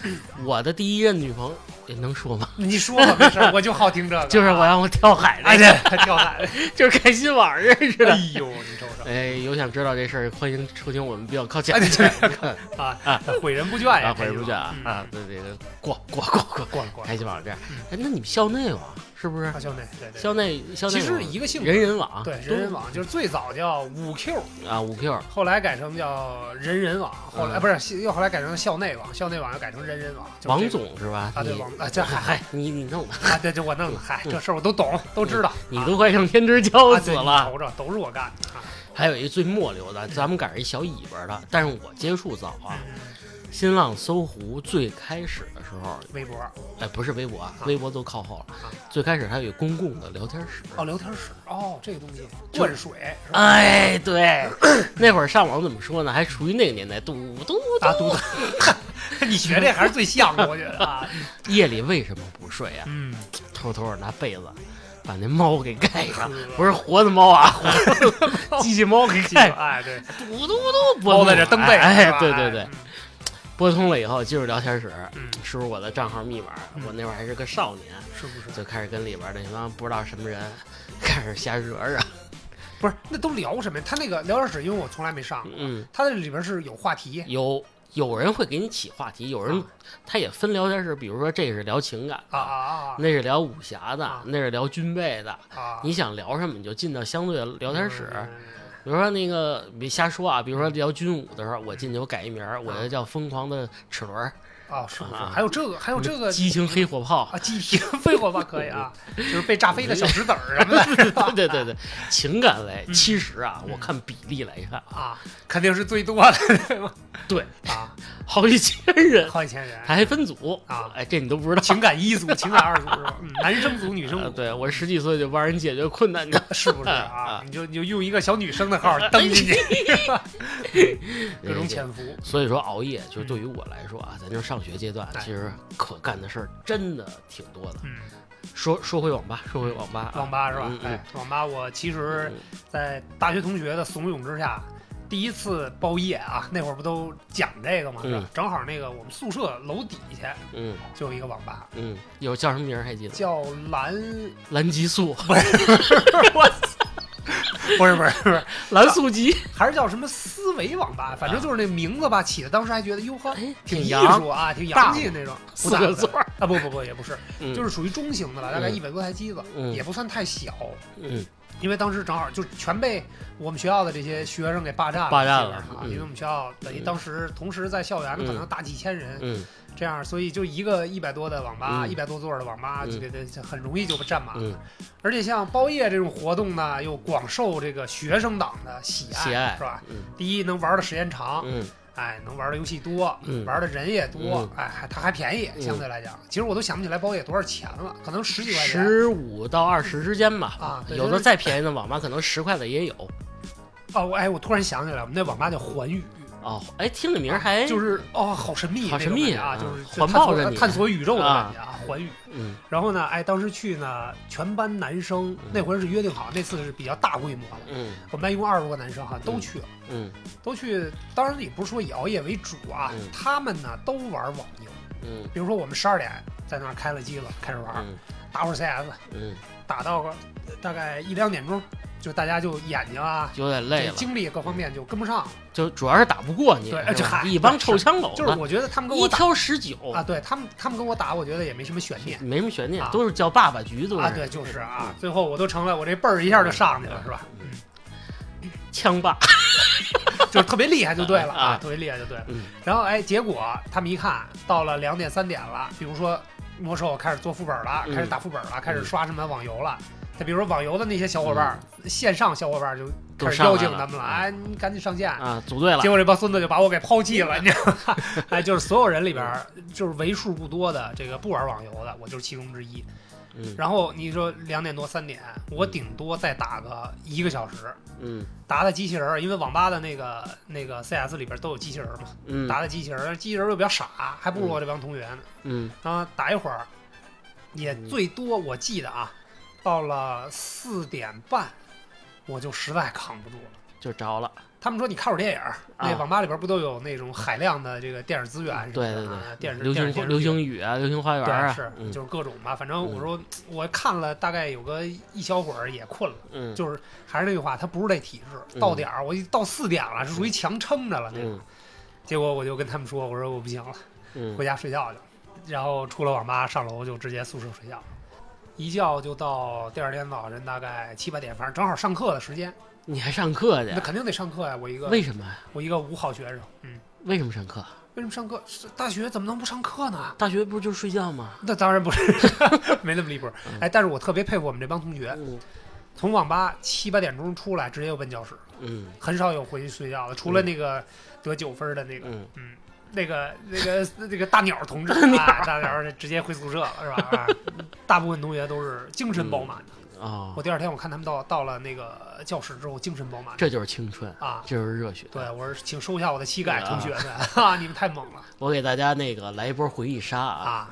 S1: 我的第一任女朋友，哎能说吗？
S2: 你说吧，没事儿，我 就好听这个。
S1: 就是我让我跳海
S2: 哎，
S1: 那个，
S2: 对， 跳伞。
S1: 就是开心网认识
S2: 哎
S1: 的。
S2: 呦，你瞅瞅
S1: 哎，有想知道这事儿，欢迎收听我们比较靠前
S2: 哎
S1: 的
S2: 对
S1: 节目。
S2: 啊，毁人不倦呀！
S1: 啊，回不去啊
S2: 嗯
S1: 啊，对对对，过过过过，
S2: 过了过了
S1: 开。心网这样。哎，那你们校内网是不是
S2: 嗯啊，？校内对对，
S1: 校内校内
S2: 其实
S1: 网
S2: 一个性格，
S1: 人人网
S2: 对
S1: 啊都
S2: 人人网就是最早叫五 Q，
S1: 啊五 Q
S2: 后来改成叫人人网，后来、啊
S1: 嗯
S2: 不是又后来改成校内网，校内网又改成人人网，就是
S1: 王
S2: 这个
S1: 总是吧？
S2: 啊对
S1: 你
S2: 王啊这
S1: 嗨嗨，你你弄的，
S2: 啊，对，这我弄的，嗨，这事儿我都懂，都知道。
S1: 你
S2: 啊
S1: 都快让天之骄
S2: 啊
S1: 子
S2: 对你
S1: 了。
S2: 瞅着都是我干的。啊
S1: 还有一最末流的，咱们赶上一小尾巴的，但是我接触早啊。
S2: 嗯
S1: 新浪、搜狐最开始的时候，
S2: 微博
S1: 哎，不是微博啊，微博都靠后了。最开始它有公共的聊天室。
S2: 啊哦，聊天室哦，这个东西
S1: 就
S2: 灌水是吧？
S1: 哎，对， 那会儿上网怎么说呢？还属于那个年代，嘟嘟
S2: 啊，
S1: 嘟
S2: 嘟。 嘟，你学这还是最像的，我觉得啊。
S1: 夜里为什么不睡啊？
S2: 嗯，
S1: 偷偷拿被子把那猫给盖上，不
S2: 是
S1: 是活的猫啊， 活的机器猫给盖上，
S2: 哎，对，
S1: 嘟嘟嘟拨
S2: 包
S1: 通
S2: 在这蹬背，
S1: 哎
S2: 是，吧
S1: 对对对，，拨通了以后进入聊天室，
S2: 嗯，嗯
S1: 输入我的账号密码，
S2: 嗯
S1: 我那会儿还是个少年，
S2: 是不是？
S1: 就开始跟里边儿那帮不知道什么人 开始瞎惹惹。
S2: 不是，那都聊什么呀？他那个聊天室，因为我从来没上过，
S1: 嗯，
S2: 他那里边是有话题，
S1: 有有人会给你起话题，有人
S2: 啊
S1: 他也分聊天室，比如说这是聊情感
S2: 啊
S1: 的，
S2: 啊
S1: 那是聊武侠的
S2: 啊，
S1: 那是聊军备的。
S2: 啊啊！
S1: 你想聊什么，你就进到相对的聊天室。
S2: 嗯
S1: 比如说那个，别瞎说啊。比如说聊军武的时候，我进去我改一名儿，我就叫疯狂的齿轮儿，
S2: 啊，是不是？
S1: 啊
S2: 还有这个，还有这个
S1: 激情黑火炮，
S2: 啊，鸡皮飞火吧可 以啊，就是被炸飞的小石子儿什么的，是吧
S1: 对对对对，情感类。
S2: 嗯
S1: 其实啊，
S2: 嗯
S1: 我看比例来看，
S2: 啊，肯定是最多的， 对吗？
S1: 对
S2: 啊，
S1: 好几千人，
S2: 好几 千人，
S1: 还分组
S2: 啊
S1: 哎，这你都不知道。
S2: 情感一组、情感二组是吧？嗯男生组、女生
S1: 呃
S2: 组
S1: 对我十几岁就帮人解决困难的，
S2: 是不是
S1: 啊哎
S2: 啊？你就你就用一个小女生的号登进去，各种
S1: 钱。
S2: 潜伏，
S1: 所以说熬夜，就是对于
S2: 嗯
S1: 我来说啊，咱就是上学阶段，
S2: 哎
S1: 其实可干的事儿真的挺多的。
S2: 嗯，
S1: 说说回网吧，说回网吧啊，
S2: 网吧是吧
S1: 嗯？嗯
S2: 哎，网吧我其实
S1: 嗯，
S2: 在大学同学的怂恿之下，第一次包夜啊， 那会儿不都讲这个嘛，是吧
S1: 嗯？
S2: 正好那个我们宿舍楼底下
S1: 嗯
S2: 就有一个网吧，
S1: 嗯，有叫什么名儿还记得？
S2: 叫 蓝，
S1: 蓝激素，
S2: 不是不是不是，
S1: 蓝素鸡，
S2: 还是叫什么思维网吧，反正就是那名字吧，起的当时还觉得哟呵，
S1: 哎，
S2: 挺艺
S1: 洋，
S2: 术啊，挺洋气的那种，不
S1: 四
S2: 大
S1: 个座儿，
S2: 啊，不不不，也不是，
S1: 嗯
S2: 就是属于中型的了，大概
S1: 嗯
S2: 一百多台机子，
S1: 嗯
S2: 也不算太小，
S1: 嗯
S2: 因为当时正好就全被我们学校的这些学生给霸占了，
S1: 霸占了
S2: 基本上啊
S1: 嗯
S2: 因为我们学校等于
S1: 嗯
S2: 当时同时在校园
S1: 嗯
S2: 可能大几千人
S1: 嗯
S2: 这样，所以就一个一百多的网吧，
S1: 嗯
S2: 一百多座的网吧
S1: 嗯
S2: 就给它很啊容易就被占满了。
S1: 嗯，
S2: 而且像包夜这种活动呢，又广受这个学生党的喜爱，
S1: 喜爱
S2: 是吧？？
S1: 嗯
S2: 第一，能玩的时间长，
S1: 嗯
S2: 哎，能玩的游戏多，
S1: 嗯，
S2: 玩的人也多
S1: 嗯，
S2: 哎，还它还便宜，
S1: 嗯
S2: 相对来讲，其实我都想不起来包夜多少钱了，可能十几块钱
S1: 十五到二十之间吧，
S2: 啊。对
S1: 有
S2: 就
S1: 的
S2: 是
S1: 再便宜的网吧可能十块的也有。
S2: 哦，我哎，我突然想起来，我们那网吧叫环宇，
S1: 哦，哎，听这名儿还
S2: 啊就是哦，好神秘，
S1: 好神秘
S2: 啊，
S1: 啊
S2: 就是
S1: 环抱着
S2: 探索
S1: 你
S2: 探索宇宙的感觉啊，环宇。
S1: 嗯
S2: 然后呢，哎，当时去呢，全班男生
S1: 嗯
S2: 那回是约定好，那次是比较大规模的，
S1: 嗯
S2: 我们班一共二十多个男生哈，都
S1: 嗯
S2: 去了，
S1: 嗯
S2: 都去。当然也不是说以熬夜为主啊
S1: 嗯，
S2: 他们呢都玩网游，
S1: 嗯
S2: 比如说我们十二点在那儿开了机了，开始玩，
S1: 嗯
S2: 打会儿 CS，
S1: 嗯，
S2: 打到个呃大概一两点钟，就大家就眼睛啊，
S1: 有点
S2: 这
S1: 累
S2: 个
S1: 了，
S2: 精力各方面就跟不上了。
S1: 就主要是打不过你，
S2: 对
S1: 是
S2: 这
S1: 吧
S2: 嗨
S1: 一帮臭枪狗
S2: 就是
S1: 嘛，
S2: 我觉得他们跟
S1: 一
S2: 我打
S1: 挑十九，
S2: 啊，对他们他们跟我打，我觉得也没什么悬念。
S1: 没什么悬念
S2: 啊，
S1: 都是叫爸爸局，都
S2: 啊，
S1: 是
S2: 对，就是啊，最后我都成了，我这辈儿一下就上去了，是吧？ 嗯，
S1: 枪霸，
S2: 就是特别厉害就对了
S1: 啊
S2: 特别厉害就对了。
S1: 嗯
S2: 然后哎，结果他们一看到了两点三点了，比如说魔兽开始做副本了，
S1: 嗯
S2: 开始打副本了，开始刷什么网游了。再比如说网游的那些小伙伴儿，线上小伙伴儿就
S1: 嗯都
S2: 开始
S1: 上
S2: 邀
S1: 来
S2: 请
S1: 了
S2: 他们了，
S1: 嗯
S2: 哎，你赶紧上线。
S1: 啊，组队了
S2: 结，果这帮孙子就把我给抛弃了，你知道吗？ 哎，就是所有人里边儿，就是为数不多的这个不玩网游的，我就是其中之一。
S1: 嗯
S2: 然后你说两点多三点，我顶多再打个一个小时，
S1: 嗯
S2: 打打机器人儿，因为网吧的那个那个 CS 里边都有机器人儿嘛，
S1: 嗯
S2: 打打机器人儿，机器人儿又比较傻，还不如我这帮同学呢。
S1: 嗯
S2: 然后打一会儿，也最多我记得啊，到了四点半，我就实在扛不住了。
S1: 就着了，
S2: 他们说你看会儿电影儿，那
S1: 啊
S2: 网吧里边不都有那种海量的这个电影资源什么
S1: 对
S2: 的
S1: 对
S2: 啊，
S1: 对，
S2: 电视
S1: 流
S2: 电视
S1: 星
S2: 电视
S1: 流
S2: 剧
S1: 星雨啊，流星花园
S2: 对
S1: 啊，
S2: 是
S1: 嗯
S2: 就是各种吧。反正我说我看了大概有个一小会儿也困了，
S1: 嗯
S2: 就是还是那句话，它不是这体质。
S1: 嗯
S2: 到点儿我一到四点了，是属于强撑着了那种。
S1: 嗯
S2: 结果我就跟他们说，我说我不行了，
S1: 嗯
S2: 回家睡觉去了。然后出了网吧，上楼就直接宿舍睡觉。一觉就到第二天早晨大概七八点，反正正好上课的时间，
S1: 你还上课去
S2: 那？肯定得上课呀。我一个
S1: 啊为什么呀？
S2: 我一个五好学生，嗯，
S1: 为什么上课？
S2: 为什么上课？是大学怎么能不上课呢？
S1: 大学不是就是睡觉吗？
S2: 那当然不是， 没那么离谱。哎，但是我特别佩服我们这帮同学，
S1: 嗯
S2: 从网吧七八点钟出来，直接就奔教室，
S1: 嗯
S2: 很少有回去睡觉的，除了那个得九分的那个，
S1: 嗯，
S2: 嗯，那个那个 那个大鸟同志，啊，大鸟直接回宿舍了，是吧？ 啊大部分同学都是精神饱满的。
S1: 哦
S2: 我，第二天我看他们到到了那个教室之后，精神饱满
S1: 这就是青春，
S2: 啊。
S1: 这就是热血。
S2: 对，我说请收下我的膝盖，
S1: 啊
S2: 同学们， 哈，你们太猛了
S1: 我给大家那个来一波回忆杀啊！
S2: 啊，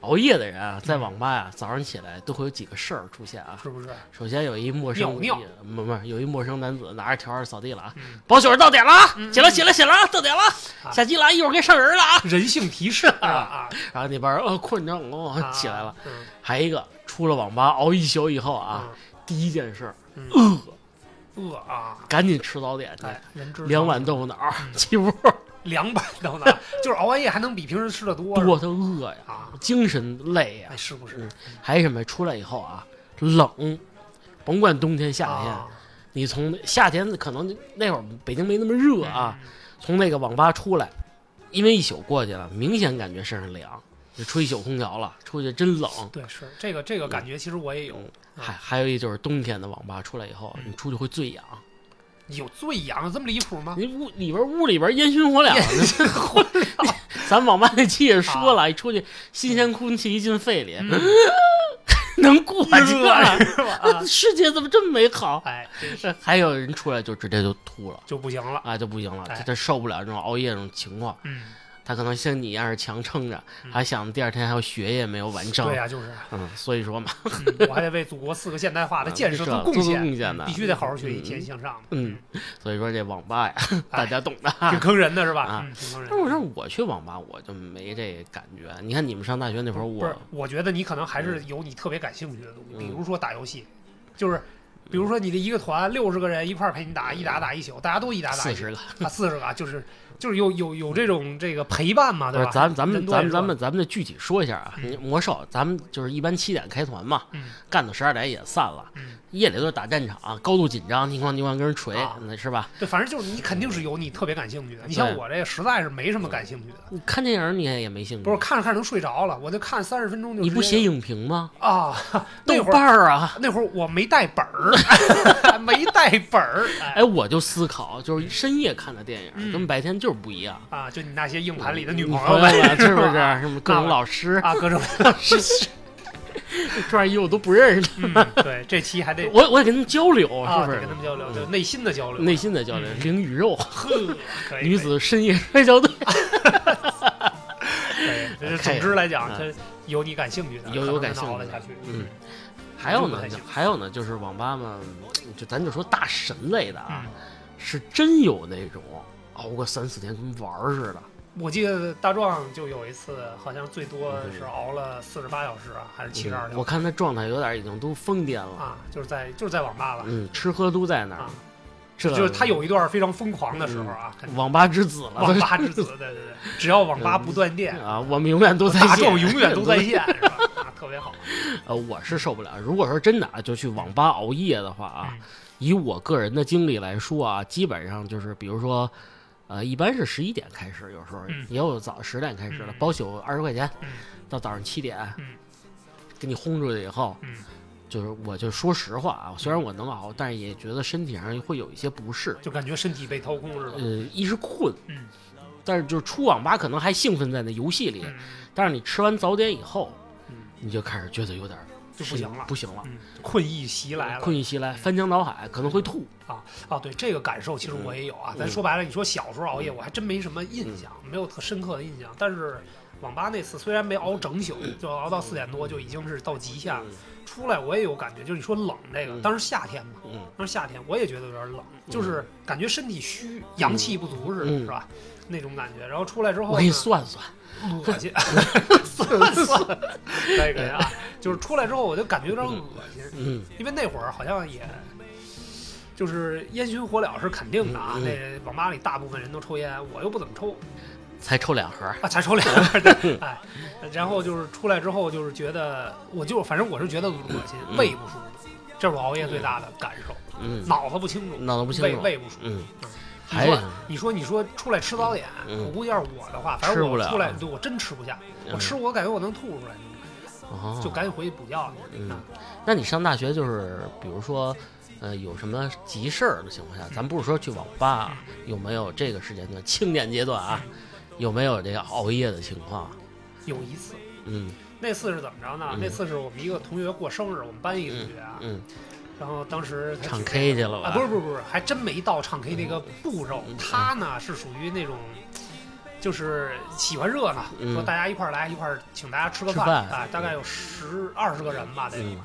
S1: 熬夜的人啊，在网吧呀，早上起来都会有几个事儿出现啊。
S2: 是不是？
S1: 首先有一陌生，
S2: 尿尿
S1: 不不，有一陌生男子拿着笤帚扫地了啊
S2: 嗯！
S1: 保雪到点了啊！
S2: 嗯
S1: 起来起来起来啊，到点了啊，
S2: 啊
S1: 下机了啊，一会儿该上人了啊！
S2: 人性提示啊啊，
S1: 然后那边呃困着我
S2: 啊
S1: 起来了。，
S2: 嗯
S1: 还一个出了网吧熬一宿以后啊，，第一件事
S2: 嗯
S1: 饿，
S2: 饿啊，
S1: 赶紧吃早点去，
S2: 哎，人之
S1: 两
S2: 常
S1: 碗豆腐脑儿
S2: 嗯
S1: 起步
S2: 两碗等等， 就是熬完夜还能比平时吃的多是
S1: 多
S2: 吧
S1: 他饿呀，
S2: 啊，
S1: 精神累呀
S2: 哎，。是不是
S1: 嗯？还有什么？出来以后啊，冷，甭管冬天夏天，
S2: 啊
S1: 你从夏天可能那会儿北京没那么热啊，
S2: 嗯
S1: 从那个网吧出来，因为一宿过去了，明显感觉身上凉，就吹一宿空调了，出去真冷。
S2: 对，是这个这个感觉，其实我也有，嗯
S1: 还还有一就是冬天的网吧出来以后，
S2: 嗯
S1: 你出去会醉氧，
S2: 有最痒这么离谱 吗？
S1: 你屋里边屋里边烟熏火燎的，
S2: 火 啊
S1: 咱网吧那期也说了，一出去新鲜空气一进肺里， 能过去
S2: 嗯 热
S1: 吗？
S2: 是吧？啊
S1: 世界怎么这么美好？
S2: 哎，真是
S1: 还有人出来就直接就吐了。
S2: 就不行了。
S1: 啊，就不行了，他
S2: 哎
S1: 他受不了这种熬夜这种情况，
S2: 嗯，
S1: 他可能像你一样是强撑着，还想第二天还有学业没有完成
S2: 对，呀、就是，啊
S1: 嗯，所以说嘛，
S2: 嗯我还得为祖国四个现代化的建设
S1: 啊
S2: 做
S1: 做
S2: 贡
S1: 出
S2: 献，
S1: 贡献的
S2: 必须得好好学习，
S1: 嗯
S2: 积极向上。
S1: 嗯，所以说这网吧呀，
S2: 哎
S1: 大家懂的。
S2: 挺坑人的是吧？
S1: 啊
S2: 嗯，挺坑人
S1: 但是我
S2: 的。
S1: 让我去网吧，我就没这感觉。你看你们上大学那会儿，
S2: 不是
S1: 我，
S2: 我觉得你可能还
S1: 嗯
S2: 是有你特别感兴趣的东西，比如说打游戏，就是。比如说你的一个团六十个人一块儿陪你打，一打打一宿，大家都一打打
S1: 嗯四
S2: 一宿
S1: 十个，
S2: 啊，四十个啊，就是就是有有有这种这个陪伴嘛，
S1: 不
S2: 啊对
S1: 是
S2: 吧？
S1: 咱咱
S2: 人
S1: 们
S2: 多
S1: 咱们
S2: 也是吧
S1: 咱们咱们得具体说一下啊。你魔兽，咱们就是一般七点开团嘛，
S2: 嗯
S1: 干到十二点也散了，
S2: 嗯，
S1: 夜里都是打战场，高度紧张，叮哐叮哐跟人锤
S2: 啊，
S1: 那是吧？
S2: 对，反正就是你肯定是有你特别感兴趣的。你像
S1: 对嗯
S2: 我这实在是没什么感兴趣的，
S1: 你看电影你也也没兴趣，
S2: 不是看着看着能睡着了，我就看三十分钟就
S1: 你不
S2: 直
S1: 写
S2: 接
S1: 影评吗？
S2: 啊？那
S1: 豆
S2: 会
S1: 瓣
S2: 儿
S1: 儿啊。
S2: 那会儿我没带本儿， 没带本儿，哎
S1: 哎，我就思考，就是深夜看的电影、
S2: 嗯
S1: 跟白天就是不一样。嗯
S2: 啊，就你那些硬盘里的女
S1: 朋
S2: 朋友呗，
S1: 们是不是？
S2: 吧
S1: 什么各种老师，
S2: 啊，各种
S1: 这玩意我都不认识，
S2: 嗯，对，这期还得
S1: 我我也跟他们交流，
S2: 啊，
S1: 哦是不
S2: 得
S1: 是嗯
S2: 跟？他们嗯交流，就内心的交流，
S1: 内心的交流，灵与肉，
S2: 呵，可以
S1: 女子深夜摔跤队，
S2: 可以可以这
S1: 可以
S2: 总之来讲，
S1: 嗯
S2: 它有你感兴趣的，
S1: 有
S2: 可
S1: 有
S2: 能
S1: 感
S2: 能
S1: 兴趣
S2: 熬得
S1: 的
S2: 下去，
S1: 嗯，还有呢
S2: 还行，
S1: 还有呢，就是网吧嘛，就咱就说大神类的啊
S2: 嗯，
S1: 是真有那种熬个三四天跟玩儿似的，
S2: 我记得大壮就有一次，好像最多
S1: 嗯
S2: 是熬了四十八小时啊，还是七十二小
S1: 我
S2: 时
S1: 看他状态有点已经都疯癫了，
S2: 啊，就是在就是在网吧吧，
S1: 嗯，吃喝都在那儿
S2: 啊，
S1: 这嗯
S2: 就是他有一段非常疯狂的时候啊，肯定
S1: 网吧之子了
S2: 网吧之
S1: 嗯
S2: 子，对对对，只要网吧不断电，
S1: 啊！我们永远都在
S2: 大
S1: 线
S2: 壮永远 都在。线，是吧？啊，特别好
S1: 呃，我是受不了。如果说真的啊，就去网吧熬夜的话啊，，
S2: 嗯
S1: 以我个人的经历来说啊，基本上就是比如说。呃，一般是十一点开始，有时候
S2: 嗯
S1: 也有早十点开始的
S2: 嗯，
S1: 包宿二十块钱
S2: 嗯，
S1: 到早上七点
S2: 嗯，
S1: 给你轰出去以后，
S2: 嗯
S1: 就是我就说实话啊，虽然我能熬，但是也觉得身体上会有一些不适，
S2: 就感觉身体被掏空是吧？
S1: 呃，一是困，
S2: 嗯
S1: 但是就是出网吧可能还兴奋在那游戏里，
S2: 嗯
S1: 但是你吃完早点以后，
S2: 嗯，
S1: 你就开始觉得有点儿
S2: 就不行了
S1: 不行了，
S2: 嗯，困意袭来了嗯
S1: 困意袭来，翻江倒海，可能会吐。
S2: 啊啊！对这个感受，其实我也有啊。
S1: 嗯
S2: 咱说白了，你说小时候熬夜，我还真没什么印象，没有特深刻的印象。但是网吧那次虽然没熬整宿，就熬到四点多，就已经是到极限了。出来我也有感觉，就是你说冷这个，
S1: 嗯
S2: 当时夏天嘛，
S1: 嗯，
S2: 当时夏天我也觉得有点冷，就是感觉身体虚，阳气不足似的，
S1: 嗯
S2: 是吧？那种感觉。然后出来之后呢，
S1: 我给你算算，
S2: 恶心， 算算，可以可以啊。就是出来之后，我就感觉有点恶心，
S1: 嗯，
S2: 因为那会儿好像也，就是烟熏火燎是肯定的啊。
S1: 嗯嗯
S2: 那网吧里大部分人都抽烟，我又不怎么抽，
S1: 才抽两盒，
S2: 啊，才抽两个，对， 哎，然后就是出来之后，就是觉得我就反正我是觉得恶心，胃不舒服，这是我熬夜最大的感受，
S1: 嗯，
S2: 脑子不清楚，
S1: 闹得不清
S2: 胃
S1: 楚，
S2: 胃不舒服。
S1: 嗯，
S2: 你
S1: 还
S2: 说你说你说出来吃早点，
S1: 嗯
S2: 我估计要是我的话，反
S1: 吃
S2: 正
S1: 不
S2: 我
S1: 了嗯
S2: 出来对我真吃不下，我吃我感觉我能吐出来，
S1: 哦
S2: 就赶紧回去补觉了。
S1: 嗯，那你上大学就是，比如说，呃，有什么急事儿的情况下，咱不是说去网吧啊，
S2: 嗯
S1: 有没有这个时间段青年阶段啊，有没有这个熬夜的情况？
S2: 有一次，
S1: 嗯
S2: 那次是怎么着呢？
S1: 嗯
S2: 那次是我们一个同学过生日，我们班一个同学啊，
S1: 嗯，
S2: 然后当时他
S1: 唱
S2: 去
S1: K 去了吧？
S2: 啊，不是不是不是，还真没到唱 K 那个步骤
S1: 嗯。
S2: 他呢是属于那种，就是喜欢热闹，
S1: 嗯
S2: 说大家一块儿来，一块儿请大家吃个
S1: 吃
S2: 饭
S1: 饭
S2: 啊，大概有十二十个人吧得有。
S1: 嗯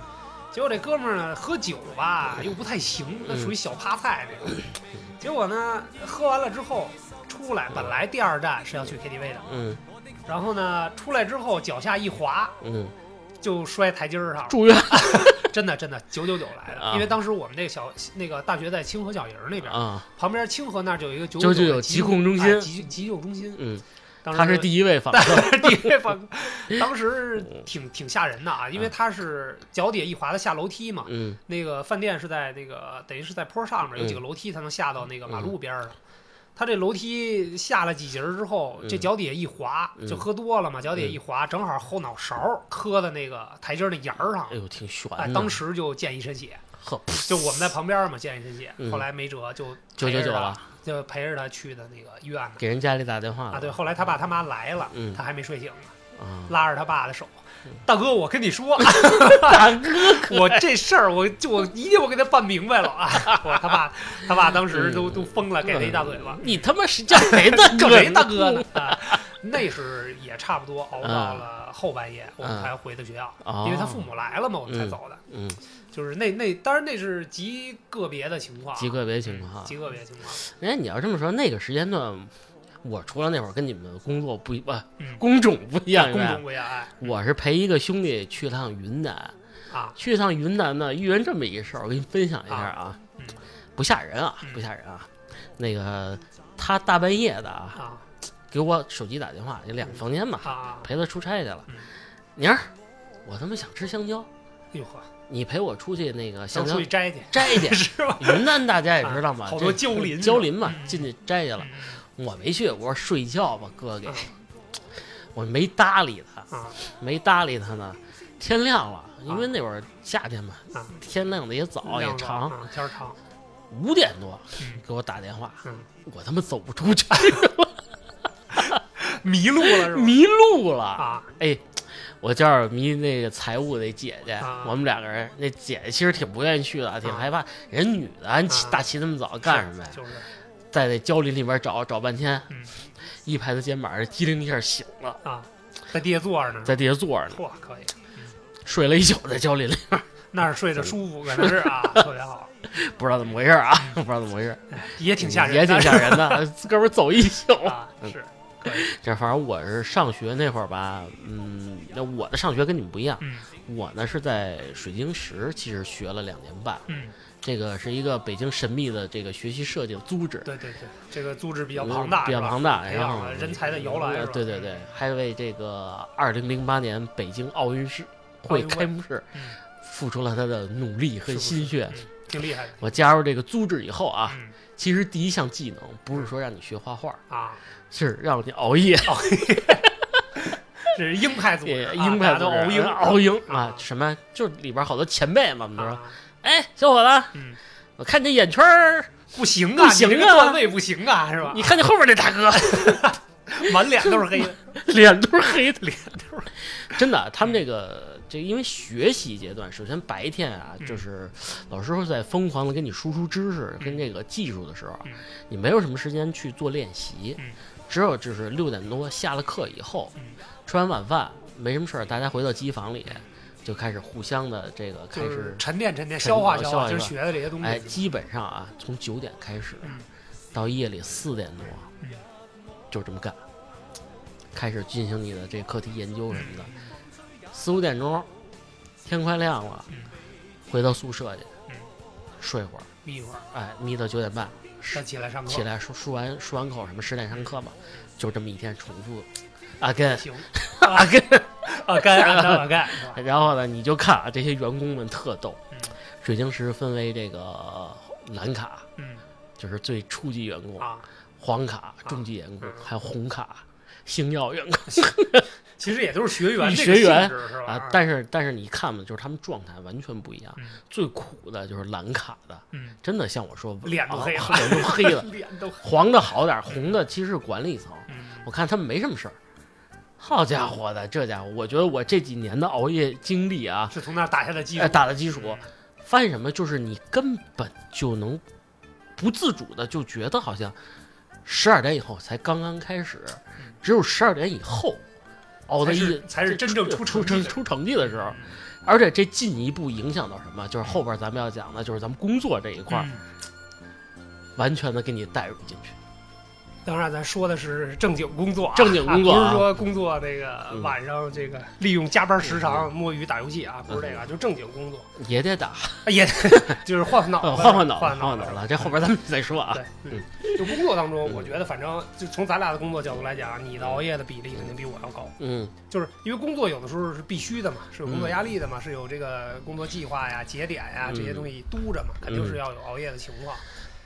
S2: 结果这哥们儿呢喝酒吧又不太行，那
S1: 嗯
S2: 属于小趴菜那 种。结果呢喝完了之后出来，本来第二站是要去 KTV 的，
S1: 嗯
S2: 然后呢出来之后脚下一滑
S1: 嗯，啊
S2: 就摔台阶儿上了，
S1: 住院
S2: 真的真的九九九来的
S1: 啊。
S2: 因为当时我们那个小那个大学在清河小营儿那边。
S1: 啊，
S2: 旁边清河那儿就有一个九
S1: 就有
S2: 的
S1: 疾控中心
S2: 哎急急救中心。
S1: 嗯，
S2: 当时
S1: 他是第一位访客，
S2: 第 一方，当时
S1: 嗯
S2: 挺挺吓人的啊，因为他是脚底下一滑，他下楼梯嘛。
S1: 嗯
S2: 那个饭店是在那个等于是在坡上面，有
S1: 嗯
S2: 几个楼梯才能下到那个马路边儿上。他这楼梯下了几节儿之后，这
S1: 嗯
S2: 脚底下一滑，
S1: 嗯
S2: 就喝多了嘛，脚底下一滑，正好后脑勺磕在那个台阶儿那沿儿上
S1: 哎，呦，挺悬
S2: 哎，
S1: 的，
S2: 当时就溅一身血。
S1: 呵，
S2: 就我们在旁边儿嘛，溅一身血。
S1: 嗯
S2: 后来没辙，就
S1: 九九
S2: 陪着
S1: 九
S2: 他
S1: 了，
S2: 就陪着他去的那个医院呢。
S1: 给人家里打电话
S2: 啊，
S1: 了
S2: 对，后来他爸他妈来了，
S1: 嗯
S2: 他还没睡醒呢，
S1: 啊，
S2: 拉着他爸的手，大哥，我跟你说，
S1: 嗯 大哥，
S2: 我这事儿我就我一定我给他办明白了啊！ 我他爸他爸当时都、
S1: 嗯
S2: 都疯了，给他一大嘴巴，
S1: 你他妈是叫谁 大
S2: 叫
S1: 哥？
S2: 谁大哥呢？啊，那是也差不多熬到
S1: 嗯
S2: 了后半夜，我们
S1: 嗯
S2: 才回的学校，
S1: 哦
S2: 因为他父母来了嘛，我们才走的。
S1: 嗯，
S2: 就是那那当然那是极个别的情况啊，
S1: 极个别情况啊。
S2: 极个别情况，
S1: 哎，你要这么说，那个时间段，我除了那会儿跟你们工作不一，不、
S2: 嗯
S1: 工种不一样以
S2: 公
S1: 外
S2: 众，不要爱
S1: 我是陪一个兄弟去趟云南。
S2: 啊，
S1: 去趟云南呢，遇人这么一事儿，我给你分享一下啊，
S2: 嗯
S1: 不吓人啊，
S2: 嗯
S1: 不吓人啊。那个他大半夜的啊，
S2: 啊
S1: 给我手机打电话，有两个房间嘛，
S2: 啊，
S1: 陪他出差去了
S2: 嗯。
S1: 妮儿，我他妈想吃香蕉，
S2: 哟呵，
S1: 你陪我出去那个
S2: 都
S1: 香蕉
S2: 出去摘去，。
S1: 摘去
S2: 是吧？
S1: 云南大家也知道嘛，
S2: 啊好多
S1: 这
S2: 蕉 林
S1: 蕉林嘛
S2: 是吧，嗯
S1: 进去摘去了。
S2: 嗯
S1: 我没去，我说睡觉吧，哥给
S2: 嗯，
S1: 我没搭理他，
S2: 啊
S1: 没搭理他呢。天亮了，因为那会儿夏天嘛，
S2: 啊，
S1: 天亮的也早也
S2: 量
S1: 长，
S2: 啊，天儿长，
S1: 五点多
S2: 嗯
S1: 给我打电话，
S2: 嗯，
S1: 我他妈走不出去，
S2: 迷路了是吧？
S1: 迷路了。
S2: 啊
S1: 哎，我这儿迷那个财务那姐姐
S2: 啊，
S1: 我们两个人，那姐姐其实挺不愿意去的，挺害怕。人女的，俺起
S2: 啊
S1: 大起那么早干什么呀？
S2: 就是
S1: 在那蕉林里边找找半天
S2: 嗯，
S1: 一拍他肩膀，机灵一下醒了，
S2: 啊，在地下坐着呢，
S1: 在地下坐着呢，
S2: 嚯，可以，
S1: 睡了一宿在蕉林里。
S2: 那儿睡着舒服，可能是啊，特别好，
S1: 不知道怎么回事儿啊，不知道怎么回事儿，
S2: 也挺吓
S1: 嗯
S2: 人，
S1: 也挺吓人 的。哥们儿走一宿，
S2: 啊，是
S1: 这反正我是上学那会儿吧，嗯，那我的上学跟你们不一样，
S2: 嗯
S1: 我呢是在水晶石，其实学了两年半，
S2: 嗯，
S1: 这个是一个北京神秘的这个学习设计的组织，
S2: 对对对，这个组织比较庞
S1: 嗯
S2: 大，
S1: 比较
S2: 是吧
S1: 庞大，
S2: 培
S1: 然
S2: 养
S1: 后
S2: 了人才的摇篮，
S1: 呃
S2: 是吧嗯
S1: 对对，对，还为这个二零零八年北京奥运式
S2: 奥
S1: 会
S2: 运会
S1: 开幕式
S2: 嗯
S1: 付出了他的努力和
S2: 是不是
S1: 心血。
S2: 嗯挺厉害的
S1: 我加入这个组织以后啊，
S2: 嗯
S1: 其实第一项技能不是说让你学画画，
S2: 啊，
S1: 是让你熬夜，
S2: 哦这是鹰派组织啊，
S1: 鹰
S2: 大
S1: 派
S2: 家
S1: 组
S2: 都
S1: 织
S2: 熬鹰
S1: 熬鹰
S2: 啊
S1: 啊，什么就是里边好多前辈嘛，我们都说，
S2: 啊，
S1: 哎，小伙子，
S2: 嗯，
S1: 我看这眼圈儿，
S2: 不行
S1: 不
S2: 啊，
S1: 行
S2: 你这个
S1: 啊
S2: 段位不行啊，是吧？
S1: 你看这后边那大哥
S2: 满脸都 是黑的，
S1: 脸都是黑的，脸都是， 真的，他们这个这因为学习阶段，首先白天啊，
S2: 嗯
S1: 就是老师会在疯狂的跟你输出知识
S2: 嗯
S1: 跟这个技术的时候
S2: 嗯，
S1: 你没有什么时间去做练习
S2: 嗯，
S1: 只有就是六点多下了课以后
S2: 嗯，
S1: 吃完晚饭没什么事儿，大家回到机房里。就开始互相的这个开
S2: 就
S1: 始
S2: 是沉淀沉淀，
S1: 沉
S2: 消化
S1: 呃
S2: 消
S1: 消
S2: 化，
S1: 化
S2: 就是
S1: 消
S2: 学的这些东
S1: 哎，
S2: 西。
S1: 基本上啊，从九点开始
S2: 嗯，
S1: 到夜里四点多
S2: 嗯，
S1: 就这么干，开始进行你的这课题研究什么的。四五点钟，天快亮了
S2: 嗯，
S1: 回到宿舍去
S2: 嗯，哦
S1: 睡会儿，
S2: 眯一会儿，
S1: 哎，眯到九点半，
S2: 再起来上课
S1: 起来漱漱完漱完口什么十点上课吧，就这么一天重复，啊跟
S2: 行，
S1: 啊跟，
S2: 啊该按照啊该，是吧
S1: 然后呢你就看啊这些员工们特逗
S2: 嗯，
S1: 水晶石分为这个蓝卡，
S2: 嗯
S1: 就是最初级员工，
S2: 啊，
S1: 黄卡中级员工
S2: 嗯，
S1: 还有红卡星耀员工
S2: 其实也都是学员这个
S1: 学员
S2: 性质是吧？
S1: 啊。但是但是你看嘛，就是他们状态完全不一样
S2: 嗯，
S1: 最苦的就是蓝卡的，
S2: 嗯，
S1: 真的像我说
S2: 脸都黑了，
S1: 啊脸都黑了
S2: 脸都
S1: 黄的好点儿，红的其实是管理层。
S2: 嗯
S1: 我看他们没什么事儿。好家伙的，这家伙，我觉得我这几年的熬夜经历啊，
S2: 是从那儿打下的基础嗯
S1: 哎，，打的基础，发现什么？就是你根本就能不自主的就觉得好像十二点以后才刚刚开始，只有十二点以后熬的
S2: 嗯才
S1: 一
S2: 是才是真正出
S1: 出
S2: 成绩的
S1: 出成绩的时
S2: 嗯
S1: 候，而且这进一步影响到什么？就是后边咱们要讲的，就是咱们工作这一块儿，
S2: 嗯
S1: 完全的给你带入进去。
S2: 当然，咱说的是正经工作啊，
S1: 正经工作
S2: 啊
S1: 啊
S2: 不是说工作那个
S1: 嗯
S2: 晚上这个利用加班时长摸鱼打游戏啊，不是这
S1: 嗯
S2: 个啊，就正经工作，
S1: 也得打，
S2: 啊 也就是换换脑
S1: 呃
S2: 子，
S1: 换换脑
S2: 脑
S1: 子，换
S2: 换
S1: 换脑
S2: 子。
S1: 子，这后边咱们再说啊。嗯
S2: 对，嗯，就工作当中，我觉得反正就从咱俩的工作角度来讲，你的熬夜的比例肯定比我要高，
S1: 嗯
S2: 就是因为工作有的时候是必须的嘛，是有工作压力的嘛，是有这个工作计划呀、节点呀
S1: 嗯
S2: 这些东西督着嘛，肯定是要有熬夜的情况。，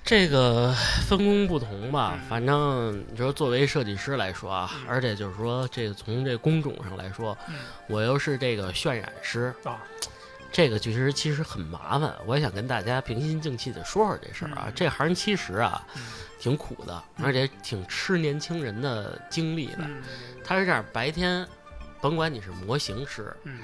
S1: 这个分工不同吧，
S2: 嗯
S1: 反正你说作为设计师来说啊
S2: 嗯，
S1: 而且就是说这个从这工种上来说
S2: 嗯，
S1: 我又是这个渲染师
S2: 啊，
S1: 这个其实其实很麻烦。我也想跟大家平心静气的说说这事儿啊
S2: 嗯，
S1: 这行其实啊
S2: 嗯
S1: 挺苦的，
S2: 嗯
S1: 而且挺吃年轻人的精力的。
S2: 嗯
S1: 他是这样，白天甭管你是模型师，
S2: 嗯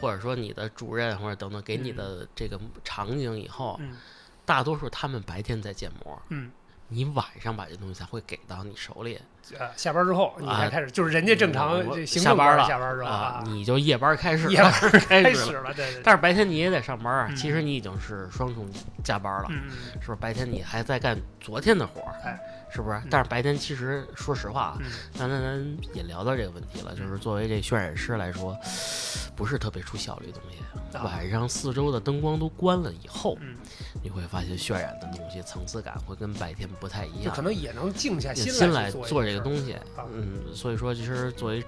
S1: 或者说你的主任或者等等给你
S2: 嗯
S1: 的这个场景以后，
S2: 嗯
S1: 大多数他们白天在建模。
S2: 嗯，
S1: 你晚上把这东西才会给到你手里
S2: 呃，下班之后你才开始，就是人家正常
S1: 我
S2: 这行
S1: 下
S2: 政
S1: 班
S2: 班
S1: 了
S2: 下班之后
S1: 啊，你就夜班开始了，
S2: 夜班
S1: 开
S2: 开
S1: 始
S2: 始
S1: 了。
S2: 了，对对对。
S1: 但是白天你也得上班啊，
S2: 嗯
S1: 其实你已经是双重加班了，
S2: 嗯，
S1: 是不是？白天你还在干昨天的活儿，
S2: 哎
S1: 是不是？但是白天其实说实话啊，
S2: 嗯
S1: 刚才咱也聊到这个问题了，就是作为这渲染师来说，不是特别出效率的东西。
S2: 啊
S1: 晚上四周的灯光都关了以后，
S2: 嗯
S1: 你会发现渲染的东西层次感会跟白天不太一
S2: 就
S1: 样
S2: 可。能也能静下
S1: 也
S2: 心
S1: 来
S2: 去
S1: 做这
S2: 事
S1: 个
S2: 儿
S1: 东西
S2: 啊，
S1: 嗯，所以说其实作为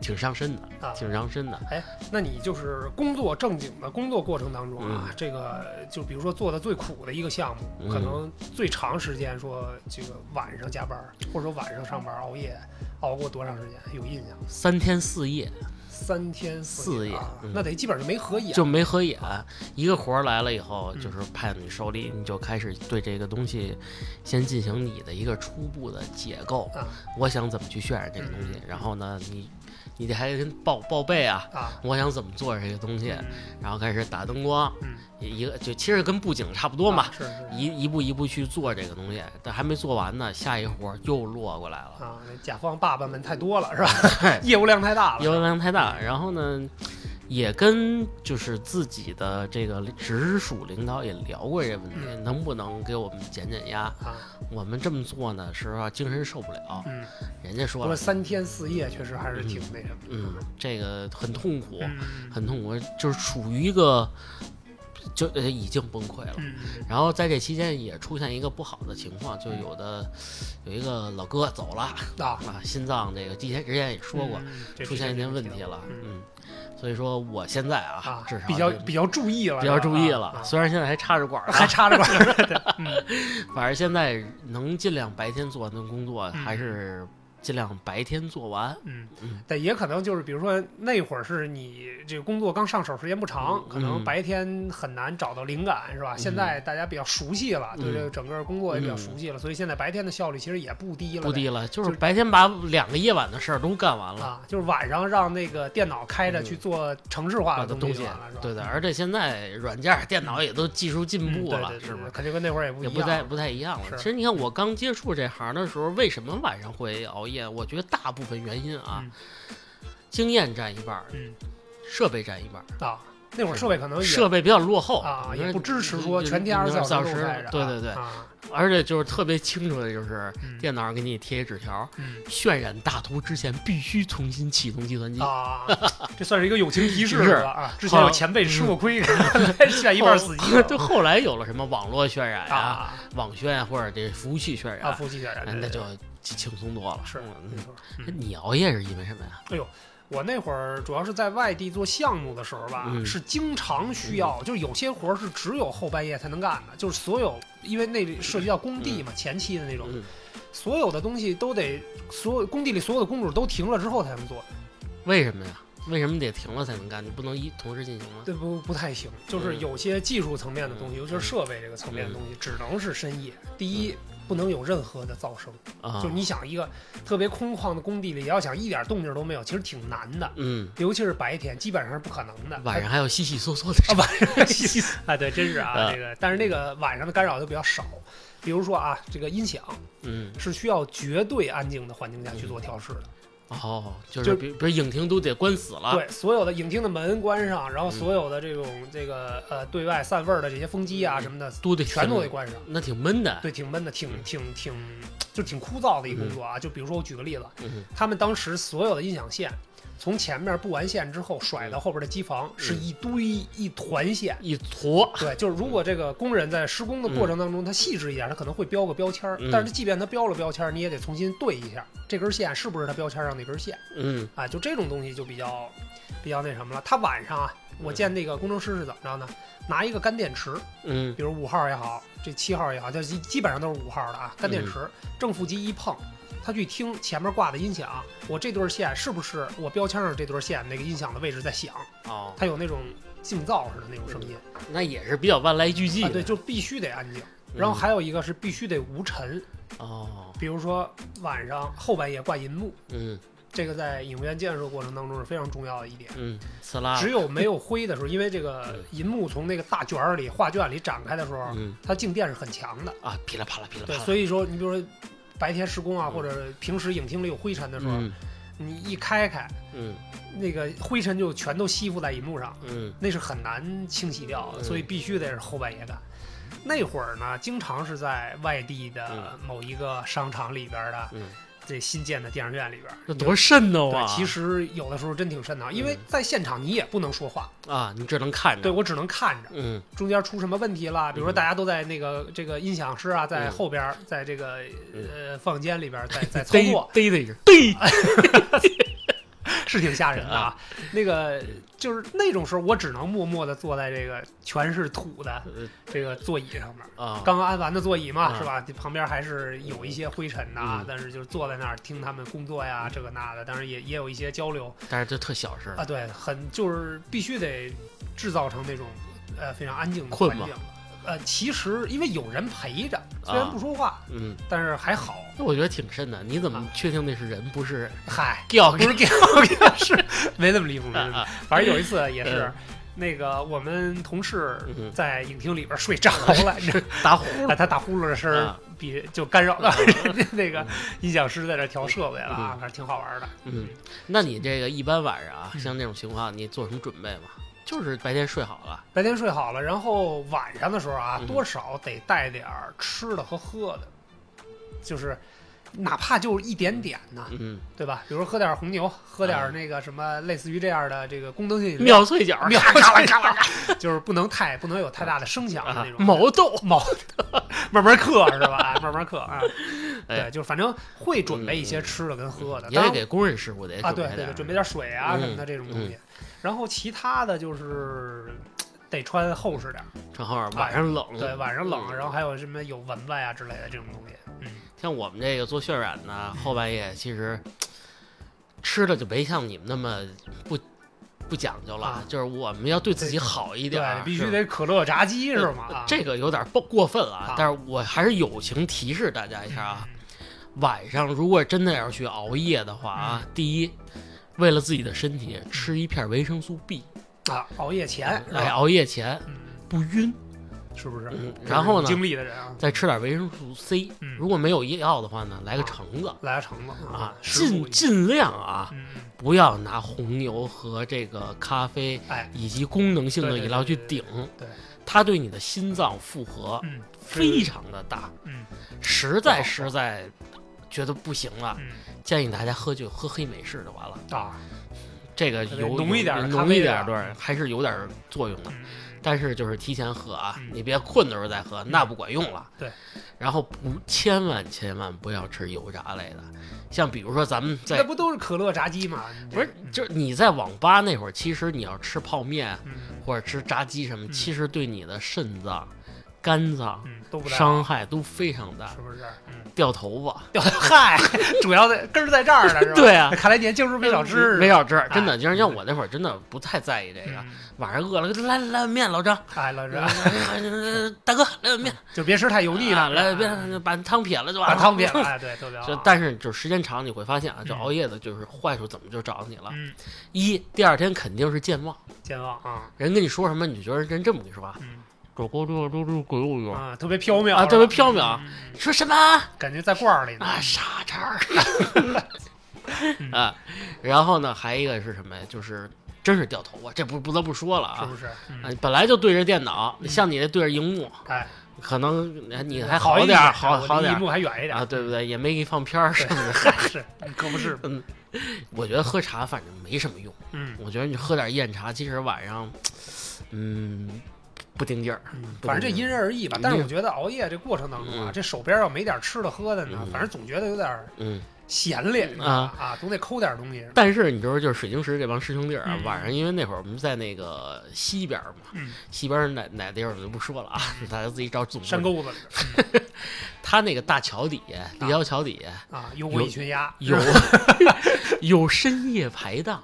S1: 挺伤身的，
S2: 啊。
S1: 挺伤身的，
S2: 哎，那你就是工作正经的工作过程当中啊，
S1: 嗯
S2: 这个就比如说做的最苦的一个项目，
S1: 嗯
S2: 可能最长时间说这个晚上加班，或者说晚上上班熬夜，熬过多长时间？有印象？
S1: 三天四夜
S2: 三天
S1: 四
S2: 夜
S1: 夜
S2: 啊，
S1: 嗯
S2: 那得基本上没合眼。
S1: 就没合眼。一个活儿来了以
S2: 嗯
S1: 后，就是派你手里，你就开始对这个东西先进行你的一个初步的解构。
S2: 啊
S1: 我想怎么去渲染这个东
S2: 嗯
S1: 西，然后呢，你你得还跟报报备啊。
S2: 啊，
S1: 我想怎么做这个东西，
S2: 嗯
S1: 然后开始打灯光，
S2: 嗯，
S1: 一个就其实跟布景差不多嘛
S2: 啊，是是是
S1: 一一步一步去做这个东西，但还没做完呢，下一活儿又落过来了，
S2: 啊，那甲方爸爸们太多了是吧？
S1: 嗯
S2: 业务量太大了。
S1: 业务量太大。然后呢，也跟就是自己的这个直属领导也聊过这问题，
S2: 嗯
S1: 能不能给我们减减压？
S2: 啊，
S1: 我们这么做呢，是吧？精神受不了。
S2: 嗯，
S1: 人家
S2: 不
S1: 说
S2: 过
S1: 了，
S2: 三天四夜确实还是挺那什么的。
S1: 嗯，这个很痛苦，
S2: 嗯，
S1: 很痛苦，就是处于一个就呃已经崩溃了。
S2: 嗯
S1: 然后在这期间也出现一个不好的情况，就有的有一个老哥走了。
S2: 啊，
S1: 啊，心脏这个之前之前也说过，
S2: 嗯这
S1: 出现一些问题了，
S2: 嗯
S1: 嗯，所以说我现在啊，
S2: 啊
S1: 至，少
S2: 比较
S1: 就
S2: 比较注意了，
S1: 比较注意
S2: 是吧
S1: 了，
S2: 啊
S1: 虽然现在还插着管儿
S2: 还
S1: 啊，
S2: 插着管儿，
S1: 反正现在能尽量白天做完的工作，
S2: 嗯
S1: 还是尽量白天做完。
S2: 嗯，但也可能就是，比如说那会儿是你这个工作刚上手，时间不长
S1: 嗯，
S2: 可能
S1: 嗯
S2: 白天很难找到灵感，是吧？现在大家比较熟悉了，对
S1: 嗯
S2: 这个整个工作也比较
S1: 嗯
S2: 熟悉了，所以现在白天的效率其实也不低了，
S1: 不低了，就是
S2: 就
S1: 白天把两个夜晚的事儿都干完了，嗯
S2: 啊，就是晚上让那个电脑开着去做城市化
S1: 把
S2: 的
S1: 的
S2: 东
S1: 西
S2: 就完了，是吧？，
S1: 对的。而且现在软件儿、电脑也都技术进
S2: 啊嗯
S1: 步
S2: 对
S1: 了，
S2: 对对
S1: 是不
S2: 对
S1: 是？
S2: 肯定跟那会儿也不
S1: 也
S2: 一
S1: 不太
S2: 样。
S1: 不太一样
S2: 是
S1: 了。其实你看，我刚接触这行的时候，为什么晚上会熬夜？我觉得大部分原因啊，
S2: 嗯
S1: 经验占一半儿，
S2: 嗯
S1: 设备占一半儿，
S2: 啊，那会儿设备可能也
S1: 设备比较落后
S2: 啊，
S1: 因为
S2: 也不支持说
S1: 就
S2: 全天二十四
S1: 24
S2: 小
S1: 小时
S2: 时都在这儿啊。
S1: 对对对
S2: 啊，
S1: 而且就是特别清楚的就是
S2: 嗯
S1: 电脑上给你贴一纸条，
S2: 嗯
S1: 渲染大图之前必须重新启动计算机。
S2: 啊，这算是一个友情提示
S1: 是
S2: 吧？啊，之前有前辈吃过亏， 下一啊半 死机
S1: 就后来有了什么网络渲染啊、
S2: 啊
S1: 网渲啊或者这服务器渲
S2: 啊，
S1: 染，
S2: 夫妻点
S1: 哎
S2: 燃
S1: 那就轻松多了。
S2: 是没
S1: 嗯
S2: 错。
S1: 那
S2: 嗯
S1: 你熬夜是因为什么呀？
S2: 我那会儿主要是在外地做项目的时候吧，
S1: 嗯
S2: 是经常需要，就是有些活儿是只有后半夜才能干的，就是所有因为那里涉及到工地嘛，前期的那种，
S1: 嗯，
S2: 所有的东西都得，所有工地里所有的工种都停了之后才能做，
S1: 为什么呀？为什么得停了才能干？你不能一同时进行吗？
S2: 这不不太行。就是
S1: 嗯
S2: 有些技术层面的东西，
S1: 嗯
S2: 尤其是设备这个层面的东西，只能是深夜。第一，不能有任何的噪声，
S1: 啊
S2: 就，你想一个特别空旷的工地里，要想一点动静都没有，其实挺难的，
S1: 嗯，
S2: 尤其是白天，基本上是不可能的。
S1: 晚上还有窸窸窣窣的声音。
S2: 啊，对，真是啊，
S1: 啊
S2: 这个，但是那个晚上的干扰就比较少。比如说啊，这个音响
S1: 嗯，
S2: 是需要绝对安静的环境下去做调试的。
S1: 哦，就
S2: 就是
S1: 比比如影厅都得关死了。
S2: 对，所有的影厅的门关上，
S1: 嗯
S2: 然后所有的这种、这个呃对外散味儿的这些风机啊
S1: 嗯
S2: 什么的，
S1: 都得
S2: 全都
S1: 停
S2: 得关上。
S1: 那挺闷的。
S2: 对，挺闷的，挺
S1: 嗯
S2: 挺挺，就挺枯燥的一工作啊。就比如说我举个例子，
S1: 嗯，
S2: 他们当时所有的音响线。从前面布完线之后，甩
S1: 嗯
S2: 到后边的机房是一堆一团线，
S1: 一坨，
S2: 对，就是如
S1: 嗯
S2: 果这个工人在施工的过程当中，他细致一点，他可能会标个标签儿。
S1: 嗯
S2: 但是即便他标了标签儿，你也得重新对一下，这根线是不是他标签上那根线
S1: 嗯
S2: 啊？就这种东西就比较比较那什么了。他晚上啊，我见那个工程师是怎么着呢？拿一个干电池，
S1: 嗯
S2: 比如五号也好，这七号也好，就基基本上都是五号的啊，干电池正负极一碰。他去听前面挂的音响，我这对儿线是不是我标签上这对儿线那个音响的位置在响？
S1: 哦，
S2: 它有那种静噪似的那种声音，
S1: 那也是比较万籁俱寂的。
S2: 啊，
S1: 嗯
S2: 对，就必须得安静。然后还有一个是必须得无尘，
S1: 哦，
S2: 比如说晚上后半夜挂银幕，
S1: 嗯
S2: 这个在影院建设过程当中是非常重要的一点。
S1: 嗯，刺啦
S2: 只，有没有灰的时候，因为这个银幕从那个大卷儿里画卷里展开的时候，
S1: 嗯
S2: 它静电是很强的。
S1: 啊，噼里啪啦 噼里啪
S2: 对，
S1: 啦。
S2: 所以说你比如说白天施工啊，
S1: 嗯
S2: 或者平时影厅里有灰尘的时候，啊
S1: 嗯
S2: 你一开开，
S1: 嗯
S2: 那个灰尘就全都吸附在银幕上，
S1: 嗯
S2: 那是很难清洗掉的，
S1: 嗯
S2: 所以必须得是后半夜干。那会儿呢，经常是在外地的某一个商场里边儿的
S1: 嗯，
S2: 这新建的电影院里边儿，
S1: 这多瘆得
S2: 对，
S1: 慌啊！
S2: 其实有的时候真挺瘆的，因为
S1: 嗯
S2: 在现场你也不能说话，
S1: 啊，你只能看着。
S2: 对我只能看着。
S1: 嗯
S2: 中间出什么问题了？比如说
S1: 嗯
S2: 大家都在那个这个音响师啊，在
S1: 嗯
S2: 后边儿，在这个呃房间里边儿在在操
S1: 逮
S2: 作，
S1: 逮的一只逮，
S2: 是挺吓人的啊。那个
S1: 嗯
S2: 就是那种时候，我只能默默的坐在这个全是土的
S1: 呃
S2: 这个座椅上面。
S1: 啊，
S2: 刚安完的座椅嘛，
S1: 啊
S2: 是吧？这旁边还是有一些灰尘呐、啊
S1: 嗯
S2: 但是就是坐在那儿听他们工作呀，这个那的，当然也也有一些交流
S1: 但是这特小事
S2: 啊。
S1: 儿，
S2: 对，很就是必须得制造成那种呃非常安静的环
S1: 困吗
S2: 境。呃，其实因为有人陪着，虽然
S1: 啊
S2: 不说话，
S1: 嗯，
S2: 但是 还好。
S1: 那我觉得挺瘆的。你怎么
S2: 啊
S1: 确定那是人不是
S2: 嗨，
S1: 掉
S2: 不是啊给 我给我是没那么离谱，没那么离谱。 反正有一次也是
S1: 嗯，
S2: 那个我们同事
S1: 嗯
S2: 在影厅里边睡着 了，你知道吗
S1: 打呼
S2: 那他打呼噜的声儿
S1: 啊
S2: 比就干扰了那个音响师在这调设备了啊，
S1: 嗯
S2: 反正挺好玩的。
S1: 嗯，那你这个一般晚上啊，
S2: 嗯
S1: 像这种情况，你做什么准备吗？就是白天睡好了，
S2: 白天睡好了，然后晚上的时候啊，
S1: 嗯
S2: 多少得带点儿吃的和喝的，就是哪怕就是一点点呢，
S1: 嗯，
S2: 对吧？比如喝点儿红牛，喝点儿
S1: 嗯
S2: 那个什么类似于这样的这个功能性饮料，
S1: 妙脆角，
S2: 妙
S1: 咔啦咔啦咔啦
S2: 就是不能太不能有太大的声响的
S1: 啊
S2: 那，种，
S1: 毛豆，
S2: 毛慢慢嗑是 吧？慢慢嗑啊，
S1: 哎
S2: 对，就是反正会准备一些
S1: 嗯
S2: 吃的跟喝的，
S1: 也
S2: 当
S1: 得
S2: 然
S1: 哎给工人师傅得
S2: 啊，
S1: 准
S2: 对
S1: 备点
S2: 对对，
S1: 儿，
S2: 准备点水啊
S1: 嗯
S2: 什么的这种东西。然后其他的就是得穿厚实点儿，
S1: 正好晚上冷，
S2: 对，晚上冷，
S1: 嗯
S2: 然后还有什么有蚊子呀之类的这种东西。嗯
S1: 像我们这个做渲染呢，后半夜其实吃的就没像你们那么不不讲究了，
S2: 啊
S1: 就是我们要对自己好一点
S2: 对
S1: 儿，，
S2: 必
S1: 是
S2: 须
S1: 吧。嗯呃
S2: 得可乐炸鸡是吗？啊
S1: 这个有点过过分了，
S2: 啊
S1: 但是我还是友情提示大家一下啊，
S2: 嗯
S1: 晚上如果真的要是去熬夜的话
S2: 嗯
S1: 啊，第一，为了自己的身体，吃一片维生素 B，
S2: 啊，熬夜前是
S1: 哎，
S2: 吧？
S1: 熬夜前
S2: 嗯
S1: 不晕，
S2: 是不是？
S1: 嗯然后呢
S2: 经历的人啊，
S1: 再吃点维生素 C，
S2: 嗯
S1: 如果没有药的话呢，来个橙子
S2: 来橙子
S1: 啊，
S2: 食物
S1: 尽
S2: 一
S1: 尽量啊，
S2: 嗯，嗯
S1: 不要拿红牛和这个咖啡
S2: 哎，
S1: 以及功能性的饮料去顶，
S2: 对，
S1: 它对你的心脏负荷
S2: 嗯，
S1: 非常的大，
S2: 嗯
S1: 实在实在觉得不行了，
S2: 嗯
S1: 建议大家喝就喝黑美式就完了。
S2: 啊，
S1: 这个
S2: 对
S1: 有
S2: 浓一点儿
S1: 有
S2: 咖
S1: 浓
S2: 啡
S1: 一点儿，
S2: 啊
S1: 对，还是有点儿作用的。
S2: 嗯
S1: 但是就是提前喝啊，
S2: 嗯
S1: 你别困的时候再喝，那不管用了。
S2: 对，
S1: 然后不，千万千万不要吃油炸类的，像比如说咱们
S2: 嗯那
S1: 在
S2: 不都是可乐炸鸡吗？
S1: 不是
S2: 嗯
S1: 就是你在网吧那会儿，其实你要吃泡面
S2: 嗯
S1: 或者吃炸鸡什么，
S2: 嗯
S1: 其实对你的肾脏、肝脏
S2: 嗯，都不太好
S1: 伤害都非常大
S2: 是，不是？嗯，
S1: 掉头发。
S2: 嗨，主要的根儿在这儿呢，是吧？
S1: 对啊嗯
S2: 那看来您就是没少吃，
S1: 没少吃，
S2: 哎
S1: 真的，就是像我那会儿真的不太在意这个。
S2: 嗯。
S1: 晚上饿了，来来碗面，老张，
S2: 哎，老师
S1: 来大哥来碗面，
S2: 就别吃太油腻
S1: 啊
S2: 了，
S1: 来
S2: 是吧
S1: 别把汤撇了就完
S2: 把
S1: 了，
S2: 汤撇了，哎，对，特别好
S1: 这。但是就是时间长，你会发现啊，就
S2: 嗯
S1: 熬夜的就是坏处怎么就找你了？
S2: 嗯，
S1: 一，第二天肯定是健忘，
S2: 健忘啊，
S1: 人跟你说什么，你就觉得人这么跟你说啊，
S2: 嗯
S1: 狗狗这这这鬼我用，
S2: 啊，特别缥缈
S1: 啊特别缥缈
S2: 嗯嗯
S1: 说什么
S2: 嗯感觉在罐儿里呢
S1: 啊傻叉
S2: 嗯
S1: 儿 啊？然后呢，还一个是什么呀？就是真是掉头发，这不不得不说了
S2: 是嗯
S1: 啊
S2: 不。是？嗯
S1: 啊，本来就对着电脑，像你这对着荧幕，
S2: 哎，
S1: 可能哎你还
S2: 好
S1: 好
S2: 一
S1: 点儿，
S2: 点，哎
S1: 好
S2: 我
S1: 好
S2: 离
S1: 点
S2: 一
S1: 儿
S2: 幕还远一点
S1: 啊，对不对？也没给你放片儿，是不是？
S2: 嗨 是，可不是，
S1: 我觉得喝茶反正没什么用。
S2: 嗯，
S1: 我觉得你喝点燕茶，其实晚上，嗯，不顶劲儿。
S2: 嗯
S1: 不
S2: 反正这
S1: 能
S2: 因人而异吧。但是我觉得熬夜这过程当中啊，
S1: 嗯
S2: 这手边要没点吃的喝的呢
S1: 嗯，
S2: 反正总觉得有点
S1: 嗯，
S2: 闲咧
S1: 嗯
S2: 是吧啊，总得抠点东西。
S1: 但是你知道，就是水晶石这帮师兄弟儿啊，
S2: 嗯
S1: 晚上因为那会儿我们在那个西边儿嘛，
S2: 嗯
S1: 西边儿哪哪地儿我就不说了啊，大家自己找总
S2: 山
S1: 部。
S2: 沟子里
S1: 他那个大桥底下，立交桥底 下
S2: 啊，有我一群鸭，
S1: 有
S2: 是吧
S1: 有深夜排档，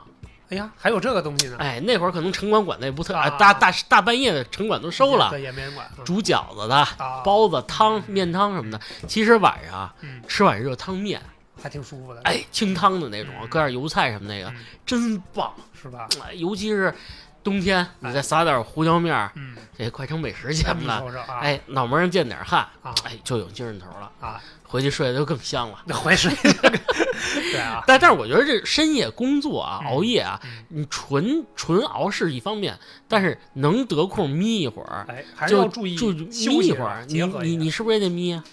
S2: 哎呀，还有这个东西呢，
S1: 哎，那会儿可能城管管的也不特，
S2: 嗯啊
S1: 哎大大大半夜的城管都收了，
S2: 对，也没人管。嗯
S1: 煮饺子的、
S2: 啊，
S1: 包子、汤、面汤什么的。其实晚上啊
S2: 嗯
S1: 吃碗热汤面。
S2: 还挺舒服的，
S1: 哎，清汤的那种，
S2: 嗯
S1: 搁点油菜什么那个
S2: 嗯，
S1: 真棒。
S2: 是吧？
S1: 哎尤其是冬天，你再撒点胡椒面儿，
S2: 嗯，
S1: 这快成美食节目
S2: 你
S1: 了。
S2: 瞅瞅啊，
S1: 哎，脑门上见点汗
S2: 啊，
S1: 哎，就有精神头了。
S2: 啊，
S1: 回去睡得就更香了。
S2: 那 回水， 对啊，
S1: 但但是我觉得这深夜工作啊，
S2: 嗯
S1: 熬夜啊，
S2: 嗯
S1: 你纯纯熬是一方面，但是能得空眯一会儿，
S2: 哎，还是
S1: 就
S2: 要注意
S1: 就
S2: 休
S1: 眯
S2: 息
S1: 一会儿。你
S2: 结合
S1: 你
S2: 一
S1: 你
S2: 下。
S1: 是不是也得眯啊？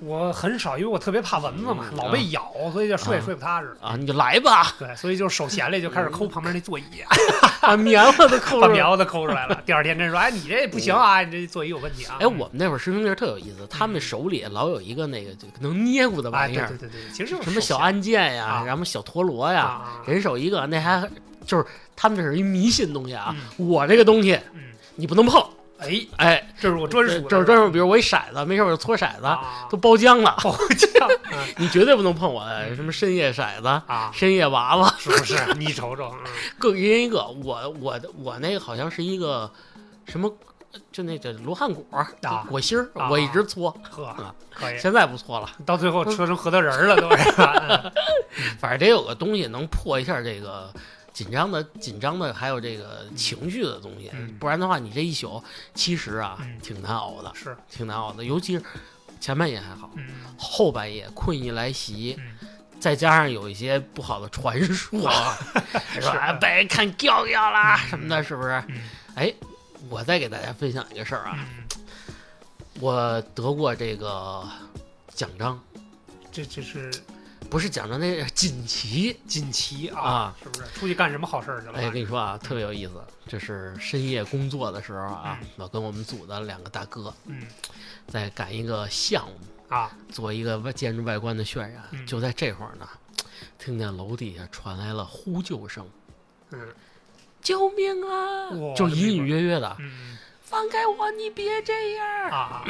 S2: 我很少，因为我特别怕蚊子嘛，
S1: 嗯
S2: 老被咬，所以就睡也
S1: 啊
S2: 睡不踏实。
S1: 啊，你就来吧，
S2: 对，所以就手闲了，就开始
S1: 嗯
S2: 抠旁边那座椅，啊
S1: 把棉花啊 都扣
S2: 把
S1: 上。
S2: 棉花都抠出来了。第二天跟人说：“哎，你这不行啊，你这座椅有问题啊。”嗯
S1: 哎，我们那会儿师兄弟儿特有意思，他们手里老有一个那个就能捏咕的
S2: 哎，
S1: 玩意
S2: 对
S1: 儿，
S2: 对对对，其实就是
S1: 什么小
S2: 安
S1: 按键呀，
S2: 啊
S1: 然后小陀螺呀，
S2: 啊，
S1: 人手一个，那还就是他们这是一迷信东西啊。
S2: 嗯
S1: 我这个东西
S2: 嗯，
S1: 你不能碰，
S2: 哎，
S1: 哎，
S2: 这是我专属的，
S1: 这是专属，比如我一骰子，没事我就搓骰子，
S2: 啊，
S1: 都包浆了，
S2: 包浆嗯
S1: 你绝对不能碰我的什么深夜骰子。
S2: 啊，
S1: 深夜娃娃，
S2: 是不是？你瞅瞅，嗯
S1: 各一人一个。我我的我那个好像是一个什么，就那叫罗汉果
S2: 啊
S1: 果心儿，
S2: 啊
S1: 我一直搓，嗯
S2: 呵，可以。
S1: 现在不搓了。
S2: 到最后车成核桃仁儿了，都是 嗯吧。
S1: 反正得有个东西能破一下这个紧张的、紧张的，还有这个情绪的东西，
S2: 嗯
S1: 不然的话，你这一宿其实啊、
S2: 嗯
S1: 挺难熬的，
S2: 是，
S1: 挺难熬的。尤其是前半夜还好，
S2: 嗯
S1: 后半夜困意来袭，
S2: 嗯，
S1: 再加上有一些不好的传说， 啊，
S2: 是
S1: 说哎被人看掉掉啦什么的，是不是？
S2: 嗯
S1: 哎，我再给大家分享一个事儿啊，
S2: 嗯
S1: 我得过这个奖章，
S2: 这这是
S1: 不是奖章，那是锦旗。
S2: 锦旗啊
S1: 啊，
S2: 是不是？出去干什么好事儿去了？
S1: 哎，跟你说啊，特别有意思，这是深夜工作的时候啊，我跟我们组的两个大哥
S2: 嗯
S1: 在赶一个项目，
S2: 啊，
S1: 做一个外建筑外观的渲染。啊
S2: 嗯
S1: 就在这会儿呢，听见楼底下传来了呼救声
S2: 嗯：“
S1: 救命啊
S2: 哇！”
S1: 就隐隐约约的
S2: 嗯
S1: “放开我，你别这样
S2: 啊
S1: 儿
S2: 啊，！”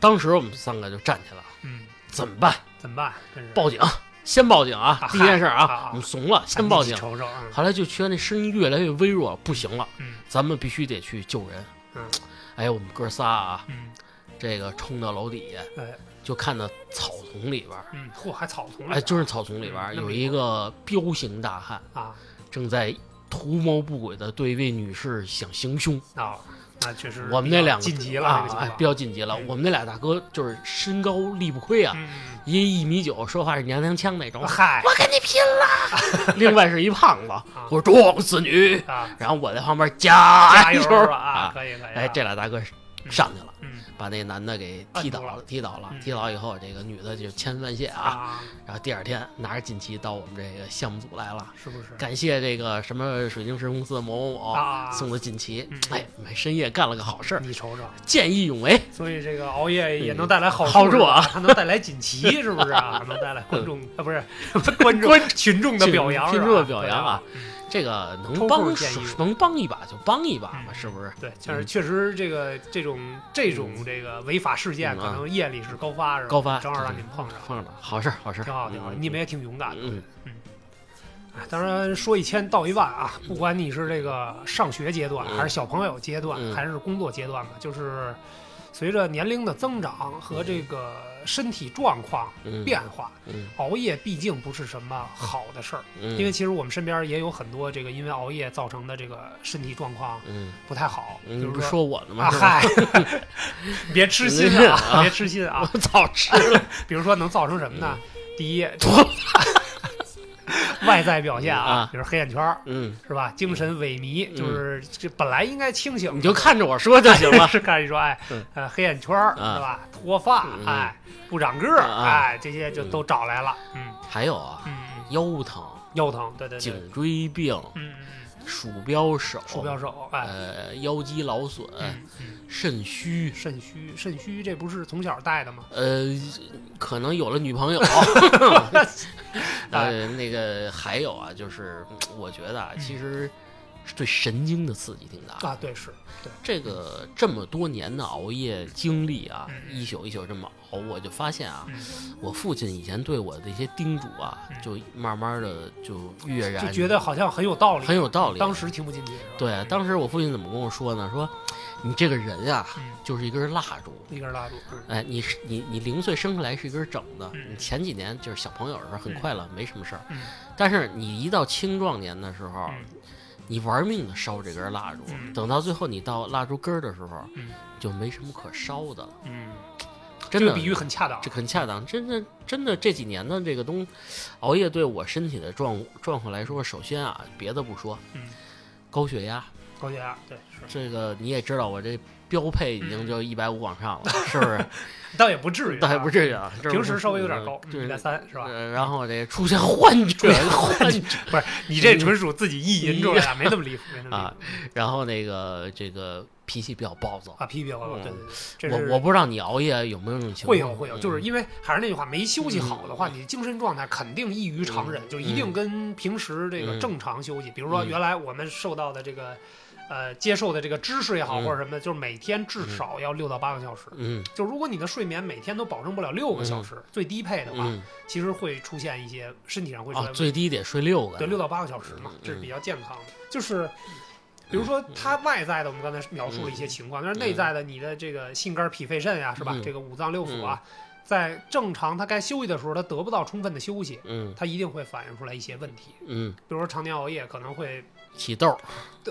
S1: 当时我们三个就站起来了，
S2: 嗯，
S1: 怎么办？
S2: 怎么办？真是
S1: 报警，先报警啊！
S2: 啊
S1: 第一件事
S2: 啊
S1: 啊
S2: 啊，
S1: 我们怂了，
S2: 赶
S1: 先
S2: 紧
S1: 报
S2: 去
S1: 警。
S2: 瞅瞅啊，
S1: 后来就觉得那声音越来越微弱，不行了，
S2: 嗯
S1: 咱们必须得去救人。
S2: 嗯
S1: 哎，我们哥仨啊，
S2: 嗯，
S1: 这个冲到楼底下，
S2: 哎
S1: 就看到草丛里边儿，
S2: 嗯，嚯，还草丛
S1: 哎，
S2: 了
S1: 就是草丛里边儿
S2: 嗯那
S1: 有
S2: 么
S1: 一个彪形大汉
S2: 啊
S1: 正在图谋不轨的对一位女士想行凶。
S2: 啊，那确实
S1: 我们那两
S2: 晋级了，
S1: 啊
S2: 这，
S1: 哎
S2: 个情，况
S1: 比较晋级了。我们那俩大哥就是身高力不亏啊，
S2: 嗯，
S1: 一一米九，说话是娘娘腔那种。
S2: 啊嗨
S1: 我跟你拼 了！另外是一胖子，我说撞死你！
S2: 啊，
S1: 然后我在旁边加
S2: 加油
S1: 油
S2: 吧啊，！可以可以啊，
S1: 哎，这俩大哥上去了，
S2: 嗯
S1: 把那男的给踢倒
S2: 按住
S1: 了，踢倒了
S2: 嗯，
S1: 踢倒以后，这个女的就千万谢啊。
S2: 啊，
S1: 然后第二天拿着锦旗到我们这个项目组来了，
S2: 是不是？
S1: 感谢这个什么水晶石公司的某某
S2: 啊
S1: 某哦送的锦旗
S2: 嗯。
S1: 哎，我们深夜干了个好事儿，
S2: 你瞅瞅，
S1: 见义勇 为。
S2: 所以这个熬夜也能带来好
S1: 好处
S2: 处
S1: 啊，
S2: 它能带来 锦旗，是不是啊？能带来观众啊，不是观众群众的表扬，
S1: 群
S2: 是吧
S1: 众的表扬啊，
S2: 对嗯
S1: 这个能
S2: 抽
S1: 帮
S2: 空见义勇
S1: 能帮一把就帮一把嘛，
S2: 嗯
S1: 是不是？
S2: 对，就是
S1: 嗯
S2: 确实这个这种这种这个违法事件，
S1: 嗯
S2: 可
S1: 啊
S2: 能夜里是高发，是吧？
S1: 高发，
S2: 正好让你们碰上，
S1: 碰上了，好事儿好事儿，
S2: 挺好，挺好。
S1: 嗯
S2: 你们也挺勇敢的。
S1: 嗯，
S2: 哎当然，说一千道一万啊，不管你是这个上学阶段，
S1: 嗯
S2: 还是小朋友阶段，
S1: 嗯
S2: 还是工作阶段吧，就是随着年龄的增长和这个身体状况
S1: 嗯
S2: 变化，
S1: 嗯
S2: 熬夜毕竟不是什么好的事儿。
S1: 嗯，
S2: 因为其实我们身边也有很多这个因为熬夜造成的这个身体状况
S1: 嗯，
S2: 不太好，
S1: 嗯
S2: 比
S1: 你
S2: 如
S1: 不是说我呢吗？
S2: 啊
S1: 是吧嗯
S2: 嗨， 别痴心啊，别痴心啊。
S1: 我早吃了，
S2: 比如说能造成什么呢？
S1: 嗯
S2: 第一，这个 外在表现啊
S1: 啊，
S2: 比如黑眼圈儿
S1: 嗯，
S2: 是吧？精神萎靡，就是这本来应该清醒，
S1: 你就看着我说就行了。
S2: 是看你说哎
S1: 嗯，
S2: 呃，黑眼圈儿
S1: 啊
S2: 是吧？脱发
S1: 嗯
S2: 哎，不长个儿
S1: 啊
S2: 哎，这些就都找来了。嗯
S1: 还有啊，
S2: 嗯，嗯
S1: 腰疼、
S2: 腰疼，对对对，
S1: 颈椎病、
S2: 嗯嗯嗯，
S1: 鼠标手、
S2: 鼠标手哎。
S1: 呃，腰肌劳损、
S2: 嗯嗯
S1: 肾虚，
S2: 肾虚，肾虚这不是从小带的吗？
S1: 呃，可能有了女 朋友，
S2: 哎
S1: 呃，那个还有啊，就是我觉得啊，
S2: 嗯
S1: 其实对神经的刺激挺大的。
S2: 啊，对，是，对，
S1: 这个这么多年的熬夜经历啊，
S2: 嗯
S1: 一宿一宿这么熬，我就发现啊，
S2: 嗯
S1: 我父亲以前对我的一些叮嘱啊
S2: 嗯，
S1: 就慢慢的就跃然
S2: 就觉得好像很有道理，
S1: 很有道理。啊
S2: 当时听不进去，是吧
S1: 对，当时我父亲怎么跟我说呢？说你这个人呀、啊，
S2: 嗯
S1: 就是一根蜡烛。
S2: 一根蜡烛，嗯
S1: 哎，你是你你零岁生下来是一根整的，
S2: 嗯
S1: 你前几年就是小朋友的时候很快乐，没什么事儿
S2: 嗯。
S1: 但是你一到青壮年的时候，
S2: 嗯
S1: 你玩命的烧这根蜡烛，
S2: 嗯
S1: 等到最后你到蜡烛根儿的时候，
S2: 嗯
S1: 就没什么可烧的了。
S2: 嗯，
S1: 真的
S2: 这个比喻很恰当
S1: 这，很恰当，真的真的这几年的这个东，熬夜对我身体的状状况来说，首先啊，别的不说，
S2: 嗯
S1: 高血压
S2: 高血压，对，是，
S1: 这个你也知道，我这标配已
S2: 嗯
S1: 经就一百五往 上了，是不是？
S2: 倒也不至 于，
S1: 倒也不
S2: 至
S1: 至于啊，这不
S2: 平时稍微有点高，嗯
S1: 对
S2: 一百。三是吧？
S1: 呃然后这出现幻觉，幻觉
S2: 不是，你这纯属自己意淫出来的，没那么离谱，没那么离
S1: 啊
S2: 谱。，
S1: 然后那个这个脾气比较暴躁。
S2: 啊，批评我，
S1: 嗯
S2: 对对对，这
S1: 我
S2: 是
S1: 我不知道你熬夜有没有这种情况，
S2: 会有会有，就是因为还是那句话，没休
S1: 嗯
S2: 息好的话，你精神状态肯定异于常人，就一定跟平时这个正常休息，比如说
S1: 嗯
S2: 原来我们受到的这个，呃，接受的这个知识也好，
S1: 嗯
S2: 或者什么，就是每天至少要六到八个小时。
S1: 嗯
S2: 就如果你的睡眠每天都保证不了六个小时，最低配的话，
S1: 嗯
S2: 其实会出现一些身体上会出
S1: 啊，
S2: 现
S1: 最低得睡六个，
S2: 对，六到八个小时嘛
S1: 嗯，
S2: 这是比较健康的。就是比如说它外在的，我们刚才描述了一些情况，但是内在的，你的这个心肝脾肺肾呀，是吧
S1: 嗯？
S2: 这个五脏六腑啊，在正常它该休息的时候，它得不到充分的休息，
S1: 嗯
S2: 它一定会反映出来一些问题。
S1: 嗯，
S2: 比如说常年熬夜可能会，
S1: 起痘儿，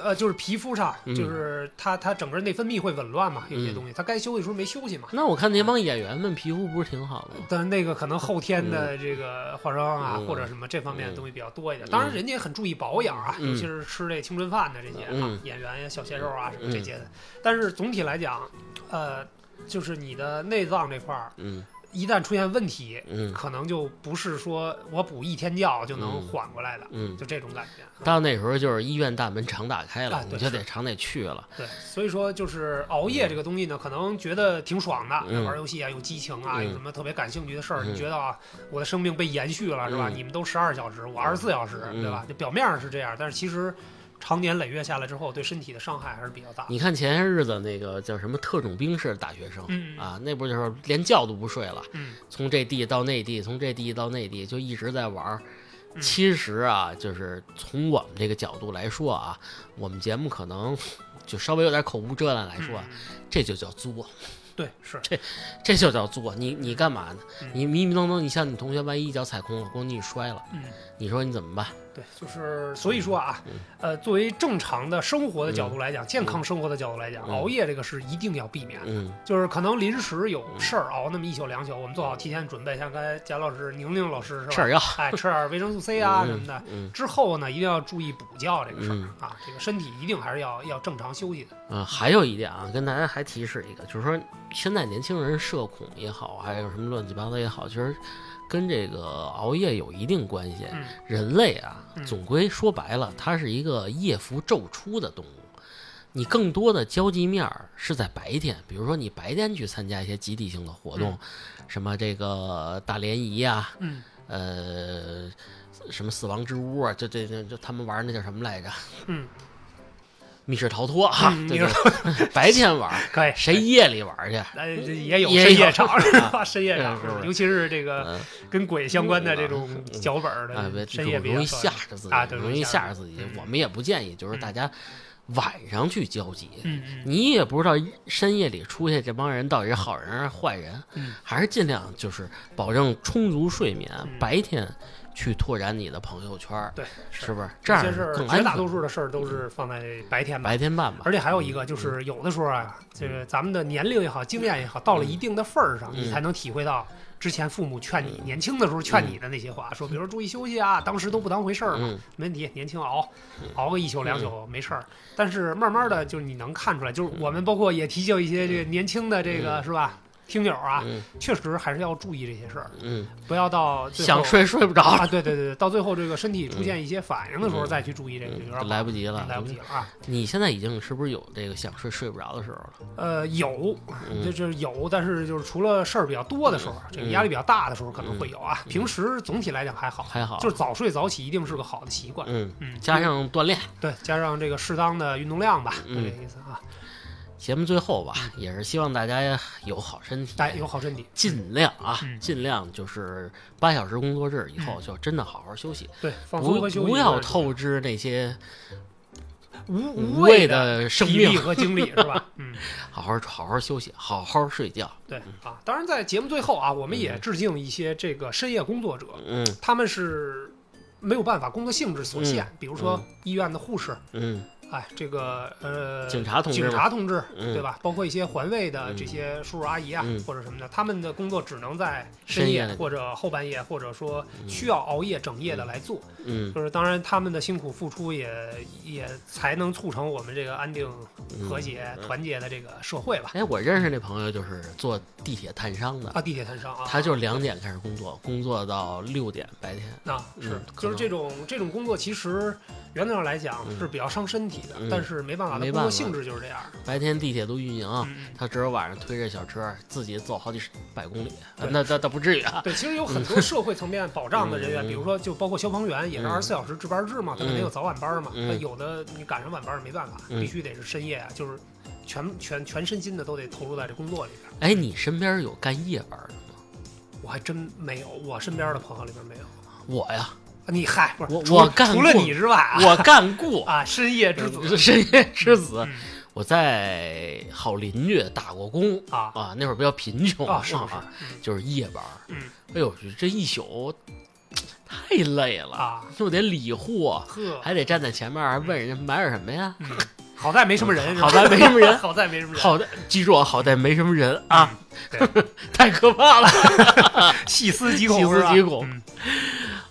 S2: 呃，就是皮肤上，
S1: 嗯
S2: 就是它它整个内分泌会紊乱嘛，有些
S1: 嗯
S2: 东西它该休息的时候没休息嘛。
S1: 那我看那帮演员们皮肤不是挺好的吗？
S2: 但是那个可能后天的这个化妆啊，
S1: 嗯
S2: 或者什么这方面的
S1: 嗯
S2: 东西比较多一点。当然，人家也很注意保养啊，
S1: 嗯
S2: 尤其是吃这青春饭的这些啊
S1: 嗯，
S2: 演员呀、小鲜肉啊什么
S1: 嗯
S2: 这些的。但是总体来讲，呃，就是你的内脏这块儿
S1: 嗯
S2: 一旦出现问题，
S1: 嗯
S2: 可能就不是说我补一天觉就能
S1: 嗯
S2: 缓过来的，
S1: 嗯，
S2: 就这种感觉。
S1: 到那时候就是医院大门常打开了，
S2: 啊对
S1: 你就得常得去了。
S2: 对，所以说就是熬夜这个东西呢，可能觉得挺爽的，
S1: 嗯
S2: 玩游戏啊，有激情啊，
S1: 嗯
S2: 有什么特别感兴趣的事儿，
S1: 嗯
S2: 你觉得啊，我的生命被延续了，是吧？
S1: 嗯
S2: 你们都十二小时，我二十四小时，
S1: 嗯
S2: 对吧？就表面上是这样，但是其实长年累月下来之后，对身体的伤害还是比较大。
S1: 你看前些日子那个叫什么特种兵式的大学生
S2: 啊嗯
S1: 啊，那不就是连觉都不睡了，
S2: 嗯，
S1: 从这地到那地，从这地到那地，就一直在玩儿。
S2: 嗯
S1: 其实啊，就是从我们这个角度来说啊，
S2: 嗯
S1: 我们节目可能就稍微有点口无遮拦来说啊，这就叫作。
S2: 对，是
S1: 这就叫作。你你干嘛呢
S2: 嗯？
S1: 你迷迷瞪瞪，你像你同学，万一一脚踩空了，咣叽你摔了，
S2: 嗯。
S1: 你说你怎么办？
S2: 对，就是所以说啊，呃，作为正常的生活的角度来讲，健康生活的角度来讲，
S1: 嗯嗯
S2: 熬夜这个是一定要避免的。
S1: 嗯
S2: 就是可能临时有事儿熬那么一宿两宿，我们做好提前准备，像刚才贾老师、宁宁老师是吧？
S1: 吃点药
S2: 哎，吃点维生素 C 啊
S1: 嗯
S2: 什么的。
S1: 嗯
S2: 之后呢，一定要注意补觉这个事儿、
S1: 嗯
S2: 啊，这个身体一定还是要要正常休息的。
S1: 啊，还有一点啊，跟大家还提示一个，就是说现在年轻人社恐也好，还有什么乱七八糟也好，其实跟这个熬夜有一定关系。
S2: 嗯
S1: 人类啊
S2: 嗯，
S1: 总归说白了，它是一个夜伏昼出的动物。你更多的交际面儿是在白天，比如说你白天去参加一些集体性的活动，什么这个大联谊啊，
S2: 嗯，
S1: 呃，什么死亡之屋啊，这这这这他们玩儿那叫什么来着？
S2: 嗯，
S1: 密室逃脱啊，
S2: 嗯
S1: 对
S2: 密
S1: 对，白天玩儿，
S2: 可以。
S1: 谁夜里玩儿去？啊
S2: 哎，这也有
S1: 也
S2: 深
S1: 有
S2: 夜 场是吧？深夜场
S1: 嗯是不，是
S2: 尤其是这个
S1: 嗯
S2: 跟鬼相关的这种脚本儿
S1: 啊，别
S2: 的，
S1: 这
S2: 呃深夜比较
S1: 容易
S2: 少
S1: 吓着自己
S2: 啊，对
S1: 容易吓着自己
S2: 嗯。
S1: 我们也不建议，就是大家晚上去交集，
S2: 嗯嗯
S1: 你也不知道深夜里出去这帮人到底是好人还是坏人，
S2: 嗯
S1: 还是尽量就是保证充足睡眠，白天去拓展你的朋友圈儿，
S2: 对，
S1: 是不是？这
S2: 这
S1: 样
S2: 些事儿，
S1: 更
S2: 绝
S1: 安
S2: 大
S1: 全
S2: 多。数的事儿都是放在白天吧。
S1: 白天办吧，
S2: 而且还有一
S1: 嗯
S2: 个就是，有的时候啊，这个咱们的年龄也好，经验也好，到了一定的份儿上，
S1: 嗯
S2: 你才能体会到之前父母劝你年轻的时候劝你的那些话，说比如说注意休息啊，当时都不当回事儿嘛，
S1: 嗯，
S2: 没问题，年轻熬，熬个一宿两宿没事儿。但是慢慢的，就是你能看出来，就是
S1: 嗯
S2: 我们包括也提醒一些这个年轻的这个是吧，听友啊，
S1: 嗯
S2: 确实还是要注意这些事儿，
S1: 嗯，
S2: 不要到最后
S1: 想睡睡不着了，
S2: 啊，对对对，到最后这个身体出现一些反应的时候再去注意这个，就有点
S1: 嗯来不及
S2: 晚
S1: 了，
S2: 来不及了啊。
S1: 你现在已经是不是有这个想睡睡不着的时候了？
S2: 呃，有，
S1: 嗯
S2: 这这有，但是就是除了事儿比较多的时候，这个压力比较大的时候可能会有啊。平时总体来讲还好，
S1: 嗯还好，
S2: 就是早睡早起一定是个好的习惯。
S1: 嗯，
S2: 嗯，
S1: 加上锻炼。
S2: 对，加上这个适当的运动量吧，就
S1: 嗯
S2: 这个意思啊。
S1: 节目最后吧，
S2: 嗯
S1: 也是希望大家有好身体，
S2: 大家有好身体，
S1: 尽量啊，
S2: 嗯
S1: 尽量就是八小时工作制以后，就真的好好休息，
S2: 对，放松
S1: 不
S2: 和休息，
S1: 不要透支那些
S2: 无
S1: 无
S2: 谓
S1: 谓的生
S2: 体力
S1: 命，
S2: 和精力，是吧？ 嗯，
S1: 好好好好休息，好好睡觉。
S2: 对啊。当然，在节目最后啊，我们也致敬一些这个深夜工作者，
S1: 嗯
S2: 他们是没有办法工作性质所限，比如说医院的护士。
S1: 嗯，
S2: 哎，这个呃，
S1: 警察同志
S2: 警
S1: 嘛
S2: 察同志，
S1: 嗯
S2: 对吧？包括一些环卫的这些叔叔阿姨啊，
S1: 嗯
S2: 或者什么的，他们的工作只能在
S1: 深
S2: 夜
S1: 夜
S2: 或者后半夜，或者说需要熬夜整夜的来做。
S1: 嗯
S2: 就是当然，他们的辛苦付出也也才能促成我们这个安定、
S1: 嗯
S2: 和谐、团结的这个社会吧。
S1: 哎，我认识那朋友就是坐地铁探伤的，
S2: 啊，地铁摊商啊，
S1: 他就是两点开始工作，工作到六点白天。
S2: 啊，是
S1: 嗯，可能
S2: 就是这种这种工作，其实原则上来讲
S1: 嗯
S2: 是比较伤身体的，
S1: 嗯
S2: 但是没办法，它
S1: 没
S2: 工
S1: 办
S2: 作
S1: 法啊
S2: 性质就是这样。
S1: 白天地铁都运营，
S2: 嗯嗯
S1: 他只有晚上推着小车自己走好几十百公里，啊
S2: 对
S1: 那那那不至于 啊。
S2: 对，其实有很多社会层面保障的人员，
S1: 嗯
S2: 比如说就包括消防员，也是
S1: 嗯
S2: 二十四小时值班制嘛，他肯定有早晚班嘛。
S1: 嗯
S2: 那有的你赶上晚班没办法，
S1: 嗯
S2: 必须得是深夜啊，就是全全全身心的都得投入在这工作里边。
S1: 哎，你身边有干夜班的吗？
S2: 我还真没有，我身边的朋友里边没有。啊
S1: 我呀，
S2: 你嗨，不是
S1: 我
S2: 除
S1: 我干
S2: 除了
S1: 过
S2: 你之外啊，
S1: 我嗯干 过
S2: 啊，深夜之子
S1: 深夜之子
S2: 嗯，
S1: 我在好邻居打过工
S2: 啊
S1: 啊，那会儿比较贫穷
S2: 啊，是不是？
S1: 啊就是夜班。
S2: 嗯，
S1: 哎呦，这一宿太累了，
S2: 啊，
S1: 又得理货，
S2: 呵，
S1: 还得站在前面还问人家买点什么呀。
S2: 嗯好在没什么人，是
S1: 嗯
S2: 吧
S1: 好在没什么人
S2: 好在没什么人，
S1: 好在记住啊，好在没什么人啊
S2: 嗯，
S1: 太可怕了，
S2: 细思极恐，
S1: 细
S2: 是
S1: 思
S2: 吧
S1: 极恐。
S2: 嗯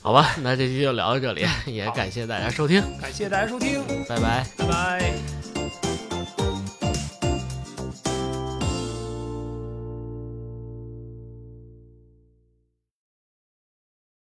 S1: 好吧，那这期就聊到这里，也感谢大家收听，
S2: 感谢大家收听，
S1: 拜拜。
S2: 拜拜。